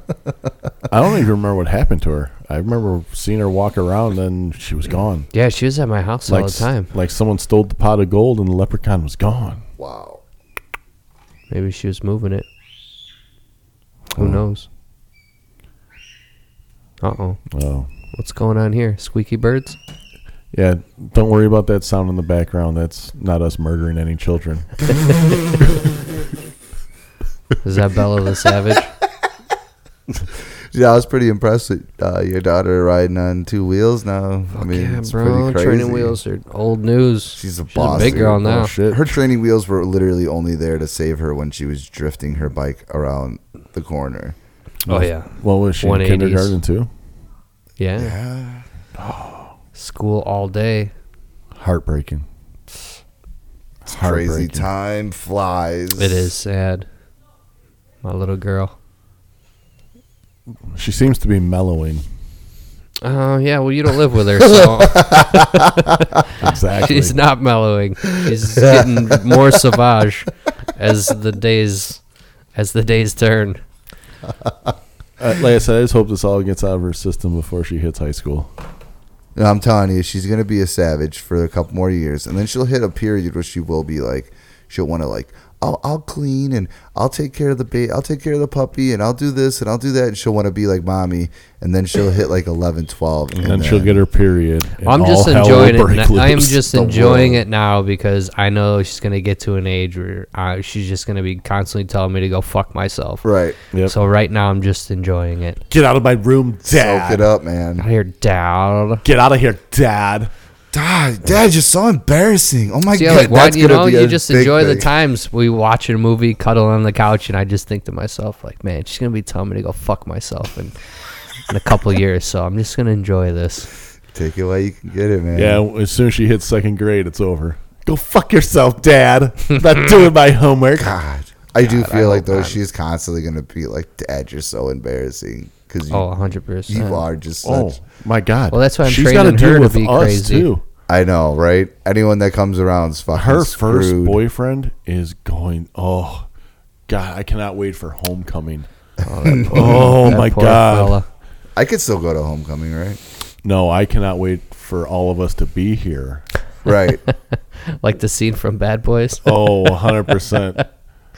Speaker 2: I don't even remember what happened to her. I remember seeing her walk around, and she was gone.
Speaker 1: Yeah, she was at my house
Speaker 2: Like
Speaker 1: all the
Speaker 2: s-
Speaker 1: time.
Speaker 2: like someone stole the pot of gold, and the leprechaun was gone.
Speaker 3: Wow.
Speaker 1: Maybe she was moving it. Who
Speaker 3: Hmm.
Speaker 2: Oh.
Speaker 1: knows? Uh oh.
Speaker 2: Oh,
Speaker 1: What's going on here? Squeaky birds?
Speaker 2: yeah. Don't worry about that sound in the background. That's not us murdering any children.
Speaker 1: Is that Bella the Savage?
Speaker 3: Yeah, I was pretty impressed with uh, your daughter riding on two wheels now. I mean,
Speaker 1: yeah,
Speaker 3: it's
Speaker 1: bro.
Speaker 3: pretty crazy.
Speaker 1: Training wheels are old news.
Speaker 3: She's a
Speaker 1: She's
Speaker 3: boss,
Speaker 1: a big
Speaker 3: dude.
Speaker 1: girl
Speaker 3: Oh,
Speaker 1: now.
Speaker 2: Oh shit.
Speaker 3: Her training wheels were literally only there to save her when she was drifting her bike around the corner.
Speaker 1: Oh, yeah.
Speaker 2: What was she in
Speaker 1: 180s.
Speaker 2: kindergarten too?
Speaker 1: yeah.
Speaker 3: Yeah.
Speaker 1: School all day.
Speaker 2: Heartbreaking.
Speaker 3: It's crazy.
Speaker 2: Heartbreaking.
Speaker 3: Time flies.
Speaker 1: It is sad. My little girl.
Speaker 2: She seems to be mellowing.
Speaker 1: Oh yeah, well you don't live with her, so
Speaker 2: Exactly.
Speaker 1: she's not mellowing. She's getting more savage as the days as the days turn.
Speaker 2: Uh, like I said, I just hope this all gets out of her system before she hits high school.
Speaker 3: No, I'm telling you, she's gonna be a savage for a couple more years, and then she'll hit a period where she will be like, she'll want to like, I'll I'll clean and I'll take care of the ba- I'll take care of the puppy and I'll do this and I'll do that, and she'll want to be like mommy, and then she'll hit like 11, 12,
Speaker 2: And, then, she'll get her period. and
Speaker 1: I'm just
Speaker 2: all hell will
Speaker 1: enjoying it.
Speaker 2: break
Speaker 1: na- I am
Speaker 2: loose.
Speaker 1: just enjoying it now because I know she's gonna get to an age where uh, she's just gonna be constantly telling me to go fuck myself.
Speaker 3: right,
Speaker 2: Yep.
Speaker 1: So right now I'm just enjoying it.
Speaker 2: Get out of my room,
Speaker 3: soak it up, man.
Speaker 1: I hear dad.
Speaker 2: Get out of here, Dad.
Speaker 3: Dad, Dad, you're so embarrassing. Oh my
Speaker 1: So yeah,
Speaker 3: god,
Speaker 1: like why
Speaker 3: that's
Speaker 1: you
Speaker 3: gonna
Speaker 1: know
Speaker 3: be a
Speaker 1: you just
Speaker 3: big
Speaker 1: enjoy the
Speaker 3: thing.
Speaker 1: times we watch a movie, cuddle on the couch, and I just think to myself like, man, she's gonna be telling me to go fuck myself in, in a couple years, so I'm just gonna enjoy this.
Speaker 3: Take it while you can get it, man.
Speaker 2: Yeah, as soon as she hits second grade, it's over. Go fuck yourself, Dad. Not doing my homework.
Speaker 3: God, I do feel like though she's constantly gonna be like, Dad, you're so embarrassing because you,
Speaker 1: Oh, 100 percent.
Speaker 3: you are just such.
Speaker 2: Oh my God.
Speaker 1: Well, that's why I'm
Speaker 2: She's
Speaker 1: training
Speaker 2: gotta
Speaker 1: her
Speaker 2: deal
Speaker 1: to
Speaker 2: with
Speaker 1: be
Speaker 2: us,
Speaker 1: crazy.
Speaker 2: Too.
Speaker 3: I know, right? Anyone that comes around is fucking
Speaker 2: Her first
Speaker 3: screwed.
Speaker 2: boyfriend is going. Oh, God, I cannot wait for homecoming.
Speaker 1: Oh, that poor-
Speaker 2: Oh
Speaker 1: that
Speaker 2: my
Speaker 1: poor
Speaker 2: God.
Speaker 1: fella.
Speaker 3: I could still go to homecoming, right?
Speaker 2: No, I cannot wait for all of us to be here.
Speaker 3: Right.
Speaker 1: Like the scene from Bad Boys.
Speaker 2: Oh, 100%.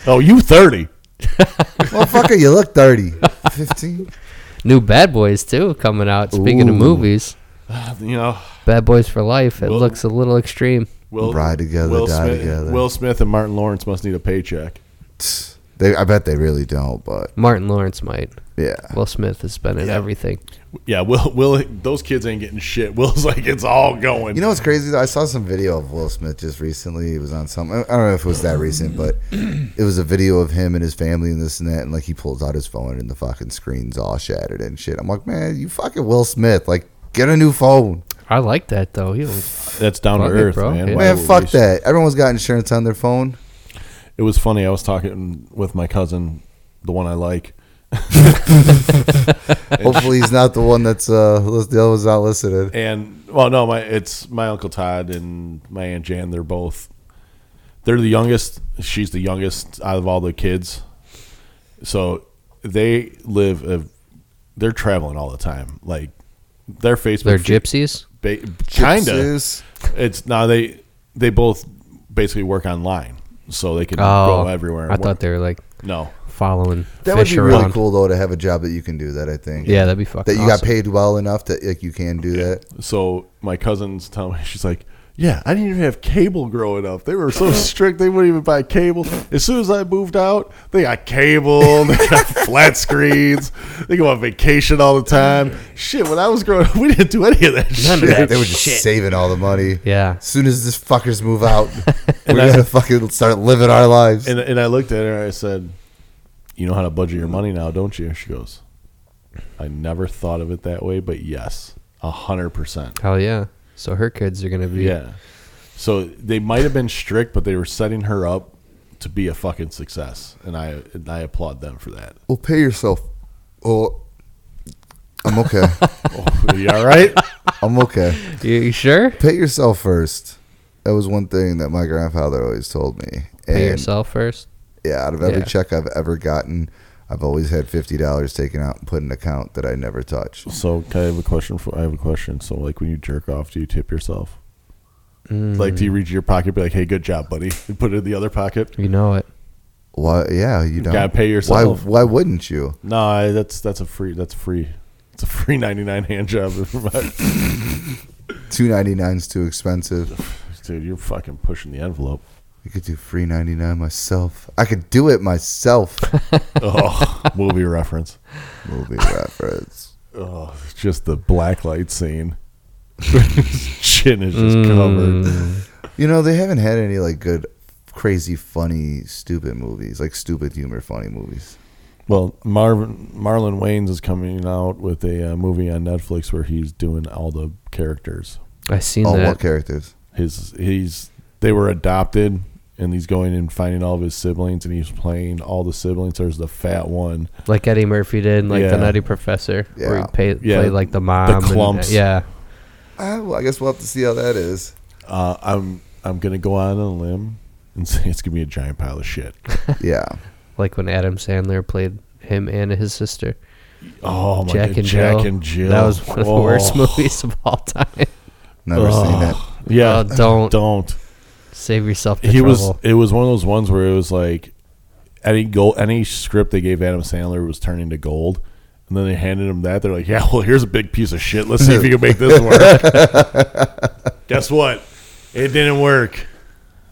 Speaker 2: oh, you 30.
Speaker 3: well, fucker, you look 30. 15?
Speaker 1: New Bad Boys too coming out. Speaking of
Speaker 3: Ooh.
Speaker 1: movies,
Speaker 2: You know,
Speaker 1: Bad Boys for Life. It
Speaker 2: Well-
Speaker 1: looks a little extreme.
Speaker 2: Will,
Speaker 3: Ride together,
Speaker 2: Will
Speaker 3: die
Speaker 2: Smith,
Speaker 3: together.
Speaker 2: Will Smith and Martin Lawrence must need a paycheck.
Speaker 3: They, I bet they really don't, but
Speaker 1: Martin Lawrence might.
Speaker 3: yeah.
Speaker 1: Will Smith has been in
Speaker 2: Yeah.
Speaker 1: everything.
Speaker 2: Yeah, Will, Will, those kids ain't getting shit. Will's like, it's all going.
Speaker 3: You know what's crazy though? I saw some video of Will Smith just recently. He was on some. I don't know if it was that recent, but it was a video of him and his family and this and that. And like he pulls out his phone and the fucking screen's all shattered and shit. I'm like, man, you fucking Will Smith. Like, get a new phone.
Speaker 1: I like that though. He was
Speaker 2: that's down
Speaker 1: Fuck
Speaker 2: to
Speaker 1: it,
Speaker 2: earth,
Speaker 1: bro.
Speaker 2: man.
Speaker 1: Yeah.
Speaker 2: Why
Speaker 3: Man,
Speaker 2: would we
Speaker 3: fuck
Speaker 2: s-
Speaker 3: that. Everyone's got insurance on their phone.
Speaker 2: It was funny. I was talking with my cousin, the one I like.
Speaker 3: Hopefully, he's not the one that's uh, lis- the other one's not listed.
Speaker 2: and well, no, my it's my uncle Todd and my aunt Jan. They're both they're the youngest. She's the youngest out of all the kids, so they live. A, they're traveling all the time. Like their Facebook,
Speaker 1: they're gypsies.
Speaker 2: ba- kinda.
Speaker 3: Gypsies.
Speaker 2: It's now they they both basically work online, so they can
Speaker 1: Oh,
Speaker 2: go everywhere. and
Speaker 1: I
Speaker 2: work.
Speaker 1: thought they were like
Speaker 2: no.
Speaker 1: following
Speaker 3: That would
Speaker 1: fish
Speaker 3: be
Speaker 1: around.
Speaker 3: really cool though to have a job that you can do that. I think.
Speaker 1: Yeah, that'd be fucking.
Speaker 3: That you got
Speaker 1: awesome.
Speaker 3: paid well enough that like you can do that.
Speaker 2: So my cousins tell me she's like, "Yeah, I didn't even have cable growing up. They were so strict; they wouldn't even buy cable. As soon as I moved out, they got cable, they got flat screens, they go on vacation all the time. Shit, when I was growing up, we didn't do any of that
Speaker 1: None of
Speaker 2: shit.
Speaker 1: that.
Speaker 3: they were just
Speaker 1: shit.
Speaker 3: saving all the money.
Speaker 1: Yeah.
Speaker 3: As soon as this fuckers move out, we're
Speaker 2: I-
Speaker 3: gonna fucking start living our lives.
Speaker 2: And and I looked at her and I said, "You know how to budget your money now, don't you?" She goes, "I never thought of it that way, but yes, a hundred percent."
Speaker 1: Hell yeah! So her kids are gonna be.
Speaker 2: Yeah. So they might have been strict, but they were setting her up to be a fucking success, and I and I applaud them for that.
Speaker 3: well, pay yourself. Oh, I'm okay.
Speaker 2: Oh, you all right?
Speaker 3: I'm okay.
Speaker 1: You, you sure?
Speaker 3: Pay yourself first. That was one thing that my grandfather always told me.
Speaker 1: Pay
Speaker 3: And-
Speaker 1: yourself first.
Speaker 3: Yeah, out of every
Speaker 1: Yeah.
Speaker 3: check I've ever gotten, I've always had fifty dollars taken out and put in an account that I never touch.
Speaker 2: So can I have a question for I have a question. So like when you jerk off, do you tip yourself? Like do you reach your pocket, be like, "Hey, good job, buddy," and put it in the other pocket?
Speaker 1: You know it.
Speaker 3: Why? Yeah, you don't.
Speaker 2: gotta pay yourself.
Speaker 3: Why? Why wouldn't you?
Speaker 2: No, I, that's that's a free that's free. It's a free ninety nine hand job.
Speaker 3: Two ninety nine's too expensive.
Speaker 2: Dude, you're fucking pushing the envelope.
Speaker 3: I could do free ninety nine myself. I could do it myself.
Speaker 2: Oh, movie reference.
Speaker 3: Movie reference.
Speaker 2: Oh, just the black light scene. Chin is just covered.
Speaker 3: You know they haven't had any like good, crazy, funny, stupid movies like stupid humor, funny movies.
Speaker 2: Well, Marvin Marlon Wayans is coming out with a uh, movie on Netflix where he's doing all the characters.
Speaker 1: I seen
Speaker 3: Oh,
Speaker 1: that.
Speaker 3: what characters?
Speaker 2: His he's they were adopted and he's going and finding all of his siblings, and he's playing all the siblings. There's the fat one,
Speaker 1: like Eddie Murphy did, in, like
Speaker 2: Yeah.
Speaker 1: the Nutty Professor, where
Speaker 3: Yeah.
Speaker 1: he pay,
Speaker 2: Yeah,
Speaker 1: played like the mom.
Speaker 2: clumps.
Speaker 1: And, yeah,
Speaker 3: Ah, well, I guess we'll have to see how that is.
Speaker 2: Uh, I'm I'm gonna go out on a limb and say it's gonna be a giant pile of shit.
Speaker 3: Yeah.
Speaker 1: like when Adam Sandler played him and his sister,
Speaker 2: Oh my
Speaker 1: Jack
Speaker 2: god,
Speaker 1: and
Speaker 2: Jack
Speaker 1: Jill.
Speaker 2: and Jill.
Speaker 1: That was one of the
Speaker 2: Oh.
Speaker 1: worst movies of all time.
Speaker 3: Never seen it.
Speaker 2: Ugh. Yeah,
Speaker 1: Oh, don't
Speaker 2: don't.
Speaker 1: save yourself the
Speaker 2: He was.
Speaker 1: trouble.
Speaker 2: It was one of those ones where it was like any goal, any script they gave Adam Sandler was turning to gold, and then they handed him that. They're like, yeah, well, here's a big piece of shit. Let's see if you can make this work. Guess what? It didn't work.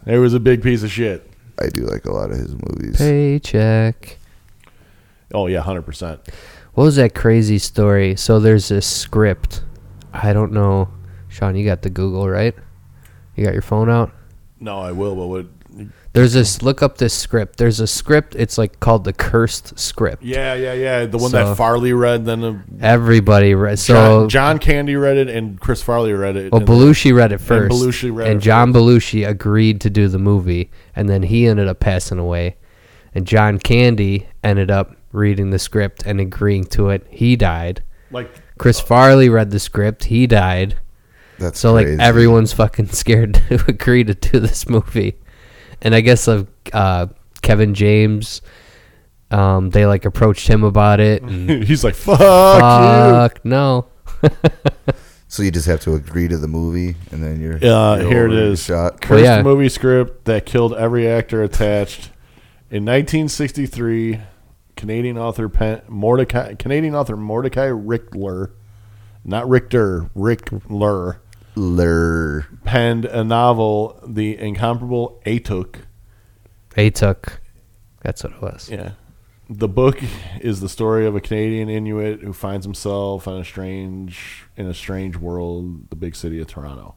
Speaker 2: There was a big piece of shit.
Speaker 3: I do like a lot of his movies.
Speaker 1: Paycheck.
Speaker 2: Oh yeah, hundred percent.
Speaker 1: What was that crazy story? So there's this script. I don't know, Sean. You got the Google right? You got your phone out.
Speaker 2: No, I will. But what?
Speaker 1: There's this. Look up this script. There's a script. It's like called the cursed script.
Speaker 2: Yeah, yeah, yeah. The one
Speaker 1: So-
Speaker 2: that Farley read, then the
Speaker 1: Everybody read. So
Speaker 2: John, John Candy read it, and Chris Farley read it.
Speaker 1: Well,
Speaker 2: and then-
Speaker 1: Belushi read it first,
Speaker 2: Belushi read
Speaker 1: and
Speaker 2: it
Speaker 1: John Belushi agreed to do the movie, and then he ended up passing away, and John Candy ended up reading the script and agreeing to it. He died.
Speaker 2: like
Speaker 1: Chris Farley read the script. He died.
Speaker 3: That's
Speaker 1: So
Speaker 3: crazy.
Speaker 1: like everyone's fucking scared to agree to do this movie, and I guess of uh, Kevin James, um, they like approached him about it. and,
Speaker 2: he's like, "Fuck, Oh,
Speaker 1: Fuck no.
Speaker 3: So you just have to agree to the movie, and then you're.
Speaker 2: you!" Uh,
Speaker 3: you're
Speaker 2: here it
Speaker 3: already
Speaker 2: is.
Speaker 3: Shot.
Speaker 2: Cursed
Speaker 1: yeah.
Speaker 2: movie script that killed every actor attached. In 1963, Canadian author Pen- Mordecai, Canadian author Mordecai Richter, not Richter, Richter,
Speaker 3: Lur.
Speaker 2: penned a novel, The Incomparable Atuk.
Speaker 1: They took. That's what it was.
Speaker 2: Yeah. The book is the story of a Canadian Inuit who finds himself on a strange in a strange world, the big city of Toronto.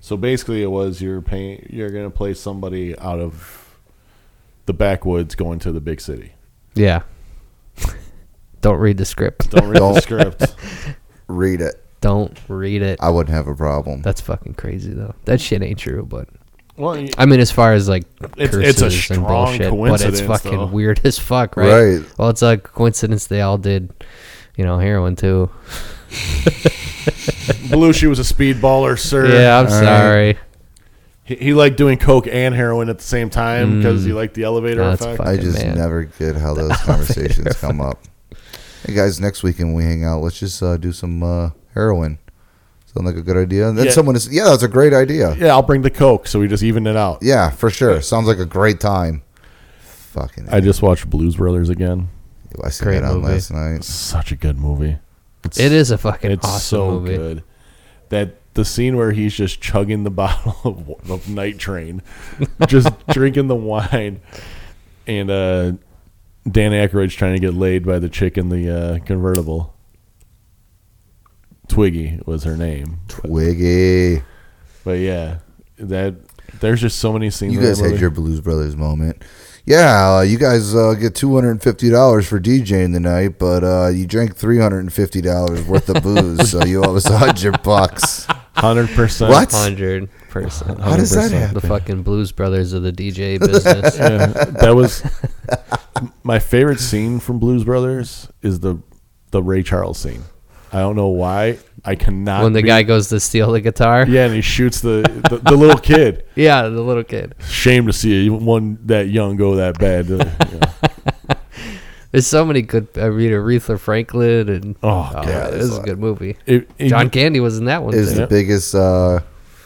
Speaker 2: So basically, it was you're paying, you're gonna play somebody out of the backwoods going to the big city.
Speaker 1: Yeah. Don't read the script.
Speaker 2: Don't read the
Speaker 3: Don't.
Speaker 2: script.
Speaker 3: Read it.
Speaker 1: Don't read it.
Speaker 3: I wouldn't have a problem.
Speaker 1: That's fucking crazy though. That
Speaker 2: Mm-hmm.
Speaker 1: shit ain't true, but
Speaker 2: Well, y-
Speaker 1: I mean as far as like
Speaker 2: It's-
Speaker 1: curses
Speaker 2: it's a
Speaker 1: and
Speaker 2: strong
Speaker 1: bullshit, but it's
Speaker 2: coincidence,
Speaker 1: fucking
Speaker 2: though.
Speaker 1: weird as fuck, right?
Speaker 3: Right.
Speaker 1: Well, it's a coincidence they all did, you know, heroin too.
Speaker 2: Belushi was a speedballer, sir.
Speaker 1: Yeah, I'm
Speaker 3: All right.
Speaker 1: sorry.
Speaker 2: He, he liked doing coke and heroin at the same time because he liked the elevator
Speaker 1: No, that's
Speaker 2: effect.
Speaker 1: fucked.
Speaker 3: I
Speaker 1: fucking
Speaker 3: just
Speaker 1: man.
Speaker 3: never get how those conversations come up. Hey guys, next weekend when we hang out, let's just uh, do some uh, heroin. Sound like a good idea? And then
Speaker 2: Yeah.
Speaker 3: someone is, yeah, that's a great idea. Yeah.
Speaker 2: Yeah, I'll bring the coke, so we just even it out.
Speaker 3: for sure. Sounds like a great time. Fucking,
Speaker 2: I just watched Blues Brothers again.
Speaker 3: I seen
Speaker 1: Great
Speaker 3: that on
Speaker 1: movie.
Speaker 3: last night.
Speaker 2: Such a good movie. It's,
Speaker 1: It is a fucking
Speaker 2: it's
Speaker 1: awesome
Speaker 2: so
Speaker 1: movie.
Speaker 2: good that the scene where he's just chugging the bottle of, wa- of night train just drinking the wine and uh dan Aykroyd's trying to get laid by the chick in the uh convertible twiggy was her name
Speaker 3: Twiggy,
Speaker 2: but yeah that there's just so many scenes
Speaker 3: you
Speaker 2: in that
Speaker 3: guys had
Speaker 2: movie.
Speaker 3: your Blues Brothers moment. Yeah, uh, you guys uh, get two hundred and fifty dollars for DJing tonight, but uh, you drank three hundred and fifty dollars worth of booze, so you owe us a hundred bucks.
Speaker 2: 100%
Speaker 3: What?
Speaker 1: Hundred percent.
Speaker 3: How does that
Speaker 2: 100%.
Speaker 3: happen?
Speaker 1: The fucking Blues Brothers of the DJ business.
Speaker 2: yeah, that was my favorite scene from Blues Brothers is the the Ray Charles scene. I don't know why. I cannot.
Speaker 1: when the
Speaker 2: be-
Speaker 1: guy goes to steal the guitar.
Speaker 2: yeah, and he shoots the the, the little kid.
Speaker 1: yeah, the little kid.
Speaker 2: Shame to see one that young go that bad. Uh, yeah.
Speaker 1: There's so many good. I mean, Aretha Franklin and
Speaker 2: Oh,
Speaker 1: oh,
Speaker 2: God.
Speaker 1: this is a good movie.
Speaker 2: It- it-
Speaker 1: John Candy was in that one.
Speaker 3: is
Speaker 1: Too.
Speaker 3: the biggest uh,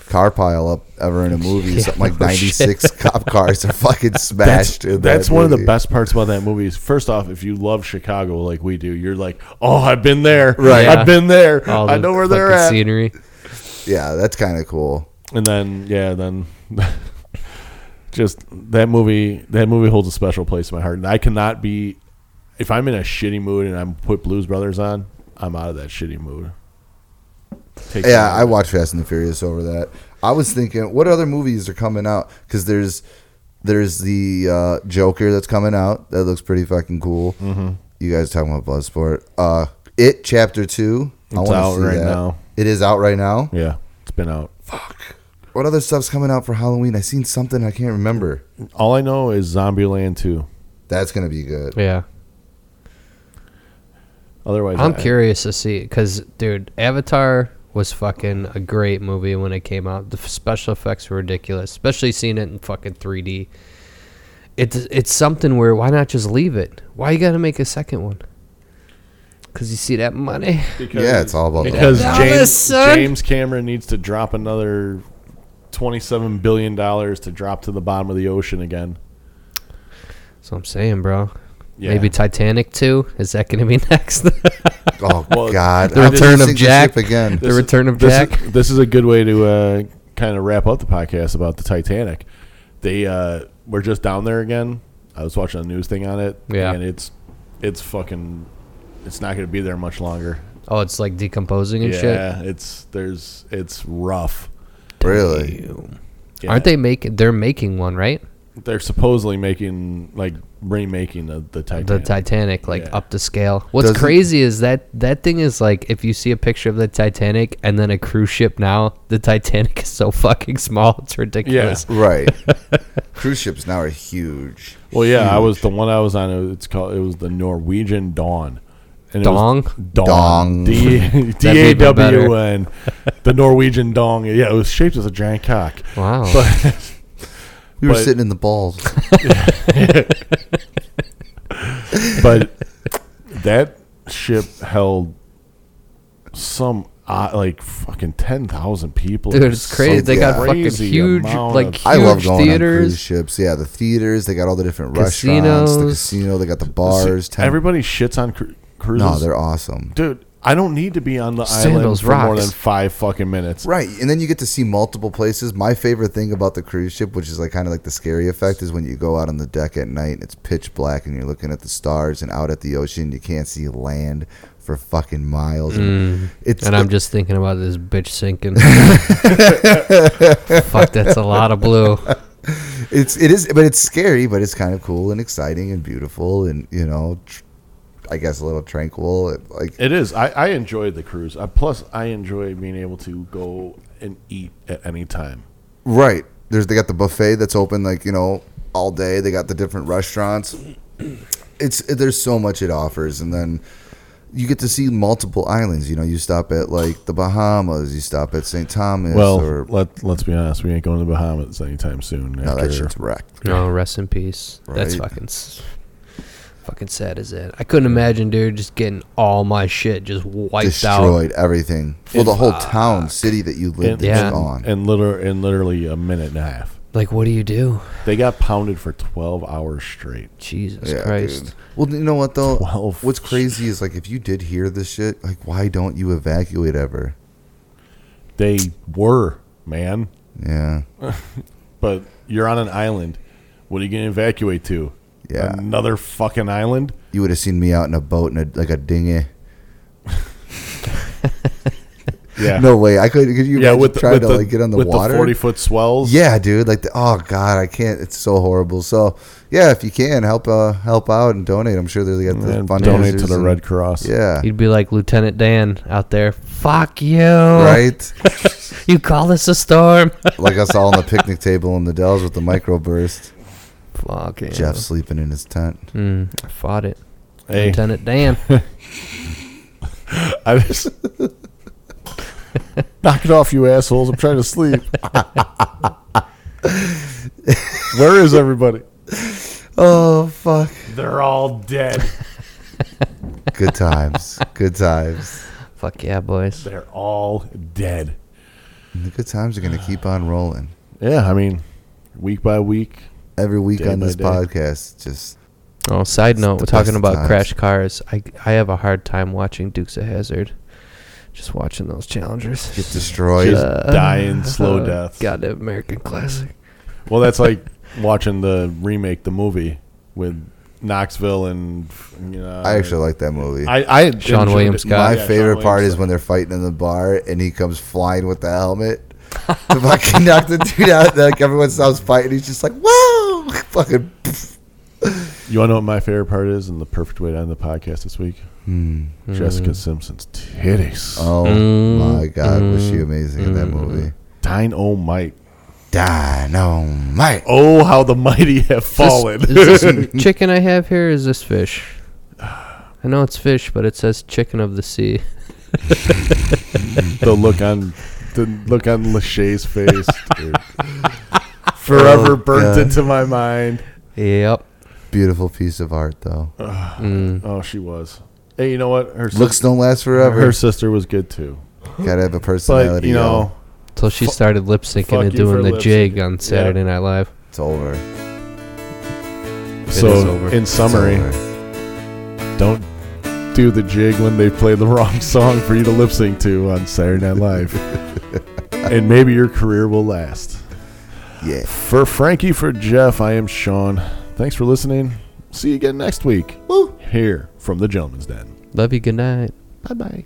Speaker 3: car pile up ever in a movie.
Speaker 1: Yeah,
Speaker 3: Something like
Speaker 1: no
Speaker 3: 96 cop cars are fucking
Speaker 2: That's,
Speaker 3: smashed. in that
Speaker 2: that's one of the
Speaker 3: movie.
Speaker 2: best parts about that movie. Is first off, if you love Chicago like we do, you're like, oh, I've been there.
Speaker 3: Right.
Speaker 1: Yeah.
Speaker 2: I've been there.
Speaker 1: All
Speaker 2: I
Speaker 1: the
Speaker 2: know where they're
Speaker 1: fucking
Speaker 2: at.
Speaker 1: Scenery.
Speaker 3: Yeah, that's kind of cool.
Speaker 2: and then yeah, then just that movie. That movie holds a special place in my heart, and I cannot be if I'm in a shitty mood and I'm put Blues Brothers on. I'm out of that shitty mood. Takes
Speaker 3: Yeah,
Speaker 2: me-
Speaker 3: I watched Fast and the Furious over that. I was thinking, what other movies are coming out? Because there's there's the uh, Joker that's coming out. That looks pretty fucking cool. Mm-hmm. You guys talking about Bloodsport? Uh, it Chapter Two.
Speaker 2: It's
Speaker 3: wanna
Speaker 2: out right now.
Speaker 3: It is out right now.
Speaker 2: yeah, it's been out.
Speaker 3: What other stuff's coming out for Halloween? I seen something I can't remember.
Speaker 2: All I know is Zombieland 2.
Speaker 3: That's gonna be good.
Speaker 1: Yeah.
Speaker 2: Otherwise,
Speaker 1: I'm
Speaker 2: I-
Speaker 1: curious to see because, dude, Avatar was fucking a great movie when it came out. The f- special effects were ridiculous, especially seeing it in fucking 3D. It's it's something where why not just leave it? Why you gotta make a second one? Cause you see that money.
Speaker 2: Because,
Speaker 3: yeah, it's all about
Speaker 2: because
Speaker 1: Dallas,
Speaker 2: James,
Speaker 1: son.
Speaker 2: James Cameron needs to drop another $27 billion to drop to the bottom of the ocean again.
Speaker 1: That's what I'm saying, bro.
Speaker 2: Yeah.
Speaker 1: Maybe Titanic 2? Is that gonna be next?
Speaker 3: that. Oh
Speaker 2: Well,
Speaker 3: God,
Speaker 1: the
Speaker 3: I'm
Speaker 1: return of
Speaker 3: seeing this
Speaker 1: Jack.
Speaker 3: ship again.
Speaker 1: the
Speaker 2: This is-
Speaker 1: Return of
Speaker 2: this is-
Speaker 1: Jack?
Speaker 2: this is a good way to uh, kind of wrap up the podcast about the Titanic. They uh, were just down there again. I was watching a news thing on it.
Speaker 1: Yeah.
Speaker 2: and it's it's fucking it's not going to be there much longer.
Speaker 1: oh, it's like decomposing and shit.
Speaker 2: yeah, it's there's it's rough.
Speaker 3: Really?
Speaker 2: Yeah.
Speaker 1: Aren't they making? They're making one, right?
Speaker 2: They're supposedly making like remaking the the Titanic.
Speaker 1: the Titanic, like
Speaker 2: Yeah.
Speaker 1: up to scale. What's
Speaker 3: Doesn't-
Speaker 1: crazy is that that thing is like if you see a picture of the Titanic and then a cruise ship now, the Titanic is so fucking small, it's ridiculous.
Speaker 3: Right. Cruise ships now are huge.
Speaker 2: Well, yeah, I was the one I was on. it- It's called it was the Norwegian Dawn. And it was-
Speaker 1: Dong?
Speaker 2: Dong.
Speaker 3: Dong.
Speaker 2: D A
Speaker 1: even better.
Speaker 2: W N. The Norwegian dong. Yeah, it was shaped as a giant cock.
Speaker 1: Wow.
Speaker 2: But
Speaker 3: We were
Speaker 2: But-
Speaker 3: sitting in the balls.
Speaker 2: but that ship held some uh, like fucking ten thousand people.
Speaker 1: Dude,
Speaker 2: It was
Speaker 1: it's crazy.
Speaker 2: some
Speaker 1: They got fucking
Speaker 2: crazy
Speaker 1: huge,
Speaker 2: amount
Speaker 1: like,
Speaker 2: of-
Speaker 3: I love
Speaker 1: Huge
Speaker 3: going on
Speaker 1: theaters.
Speaker 3: cruise ships. Yeah, the theaters. They got all the different restaurants.
Speaker 1: Casinos.
Speaker 3: The casino. They got the bars. temp-
Speaker 2: everybody shits on cru- cruises.
Speaker 3: no, they're awesome.
Speaker 2: dude. I don't need to be on the
Speaker 1: Sandals
Speaker 2: island for more
Speaker 1: rocks.
Speaker 2: than five fucking minutes.
Speaker 3: Right, and then you get to see multiple places. My favorite thing about the cruise ship, which is like kind of like the scary effect, is when you go out on the deck at night and it's pitch black and you're looking at the stars and out at the ocean, you can't see land for fucking miles. And it's
Speaker 1: Mm. and I'm just thinking about this bitch sinking. Fuck, that's a lot of blue.
Speaker 3: it's it is, but it's scary, but it's kind of cool and exciting and beautiful and you know, tr- I guess a little tranquil. It, like
Speaker 2: It is. I, I enjoy the cruise. Uh, plus, I enjoy being able to go and eat at any time.
Speaker 3: right, there's they got the buffet that's open like you know all day. They got the different restaurants. It's there's so much it offers, and then. you get to see multiple islands. You know, you stop at like the Bahamas, you stop at St. Thomas.
Speaker 2: Well,
Speaker 3: or,
Speaker 2: let let's be honest. We ain't going to the Bahamas anytime soon.
Speaker 3: no,
Speaker 2: after-
Speaker 3: that shit's wrecked.
Speaker 1: No, rest in peace. That's
Speaker 3: Right.
Speaker 1: fucking s- fucking sad as it. I couldn't imagine, dude, just getting all my shit just wiped out.
Speaker 3: Destroyed everything. Well, the whole town,
Speaker 1: Fuck.
Speaker 3: city that you lived in,
Speaker 1: Yeah.
Speaker 3: is gone.
Speaker 2: and liter- in literally a minute and a half.
Speaker 1: Like, what do you do?
Speaker 2: They got pounded for twelve hours straight.
Speaker 1: Jesus
Speaker 3: Yeah,
Speaker 1: Christ.
Speaker 3: dude. Well, you know what though?
Speaker 2: 12.
Speaker 3: What's crazy is like if you did hear this shit, like why don't you evacuate ever?
Speaker 2: They were man,
Speaker 3: Yeah,
Speaker 2: but you're on an island. What are you going to evacuate to?
Speaker 3: Yeah.
Speaker 1: Um,
Speaker 2: another fucking island.
Speaker 3: you would have seen me out in a boat in a, like a dinghy.
Speaker 2: Yeah,
Speaker 3: No way, I could. Could you
Speaker 2: yeah.
Speaker 3: imagine
Speaker 2: With the,
Speaker 3: trying
Speaker 2: with
Speaker 3: to
Speaker 2: the,
Speaker 3: like get on the
Speaker 2: with
Speaker 3: water?
Speaker 2: the forty foot swells.
Speaker 3: Yeah, dude. Like, the, oh god, I can't. It's so horrible. So, yeah, if you can help, uh, help out and donate. I'm sure they got the
Speaker 2: And
Speaker 3: fundraisers.
Speaker 2: donate to the
Speaker 3: and-
Speaker 2: Red Cross.
Speaker 3: Yeah,
Speaker 1: You'd be like Lieutenant Dan out there. Fuck you.
Speaker 3: right.
Speaker 1: You call this a storm?
Speaker 3: like us all on the picnic table in the Dells with the microburst.
Speaker 1: Fuck yeah.
Speaker 3: Jeff sleeping in his tent.
Speaker 1: Mm, I fought it.
Speaker 2: Hey.
Speaker 1: Lieutenant Dan.
Speaker 2: I was knock it off, you assholes! I'm trying to sleep. Where is everybody?
Speaker 3: Oh fuck!
Speaker 2: They're all dead.
Speaker 3: Good times. Good times.
Speaker 1: Fuck yeah, boys.
Speaker 2: They're all dead.
Speaker 3: And the good times are gonna keep on rolling
Speaker 2: Yeah, I mean, week by week.
Speaker 3: every week
Speaker 2: Day
Speaker 3: on
Speaker 2: by
Speaker 3: this
Speaker 2: day.
Speaker 3: podcast. Just
Speaker 1: Oh, side note,
Speaker 3: the
Speaker 1: we're talking
Speaker 3: best
Speaker 1: about
Speaker 3: times.
Speaker 1: crash cars. I I have a hard time watching Dukes of Hazard. Just watching those challengers.
Speaker 3: get destroyed.
Speaker 2: Just dying slow deaths.
Speaker 1: Goddamn American classic.
Speaker 2: Well, that's like watching the remake, the movie with Knoxville and you know.
Speaker 3: I actually like that movie.
Speaker 2: I, I
Speaker 1: Sean
Speaker 2: enjoyed
Speaker 1: William
Speaker 2: it.
Speaker 1: Scott.
Speaker 3: My
Speaker 2: Yeah, Sean
Speaker 3: favorite part
Speaker 2: William
Speaker 3: is when they're fighting in the bar and he comes flying with the helmet to fucking knock the dude out. and, Like everyone stops fighting, he's just like, "Whoa!" Fucking.
Speaker 2: Scott. You want to know what my favorite part is, and the perfect way to end the podcast this week? Jessica Simpson's titties.
Speaker 3: Oh
Speaker 1: Mm,
Speaker 3: my god, was she amazing in that movie?
Speaker 2: Dynamite.
Speaker 5: Dynamite.
Speaker 2: Oh, how the mighty have fallen.
Speaker 1: Is this chicken I have here? or Is this fish? I know it's fish, but it says chicken of the sea.
Speaker 2: the look on the look on Lachey's face dude. forever
Speaker 5: Oh,
Speaker 2: burnt
Speaker 5: God.
Speaker 2: into my mind.
Speaker 1: Yep.
Speaker 5: Beautiful piece of art, though.
Speaker 1: Mm.
Speaker 2: Oh, she was. Hey, you know what? Her sis-
Speaker 5: Looks don't last forever.
Speaker 2: her sister was good too.
Speaker 5: Gotta have a
Speaker 2: But
Speaker 5: personality.
Speaker 2: you know,
Speaker 1: Till she
Speaker 2: Fu-
Speaker 1: started lip syncing
Speaker 2: fuck
Speaker 1: and
Speaker 2: you for
Speaker 1: doing the
Speaker 2: lip
Speaker 1: jig
Speaker 2: syncing.
Speaker 1: on Saturday Night Live.
Speaker 5: yo. it's over. It's
Speaker 1: is
Speaker 2: so
Speaker 1: over.
Speaker 2: in summary,
Speaker 5: over.
Speaker 2: don't do the jig when they play the wrong song for you to lip sync to on Saturday Night Live, and maybe your career will last.
Speaker 5: yeah.
Speaker 2: For Frankie, for Jeff, I am Sean. Thanks for listening. See you again next week. Here from the Gentleman's Den.
Speaker 1: Love you. Good night.
Speaker 2: Bye bye.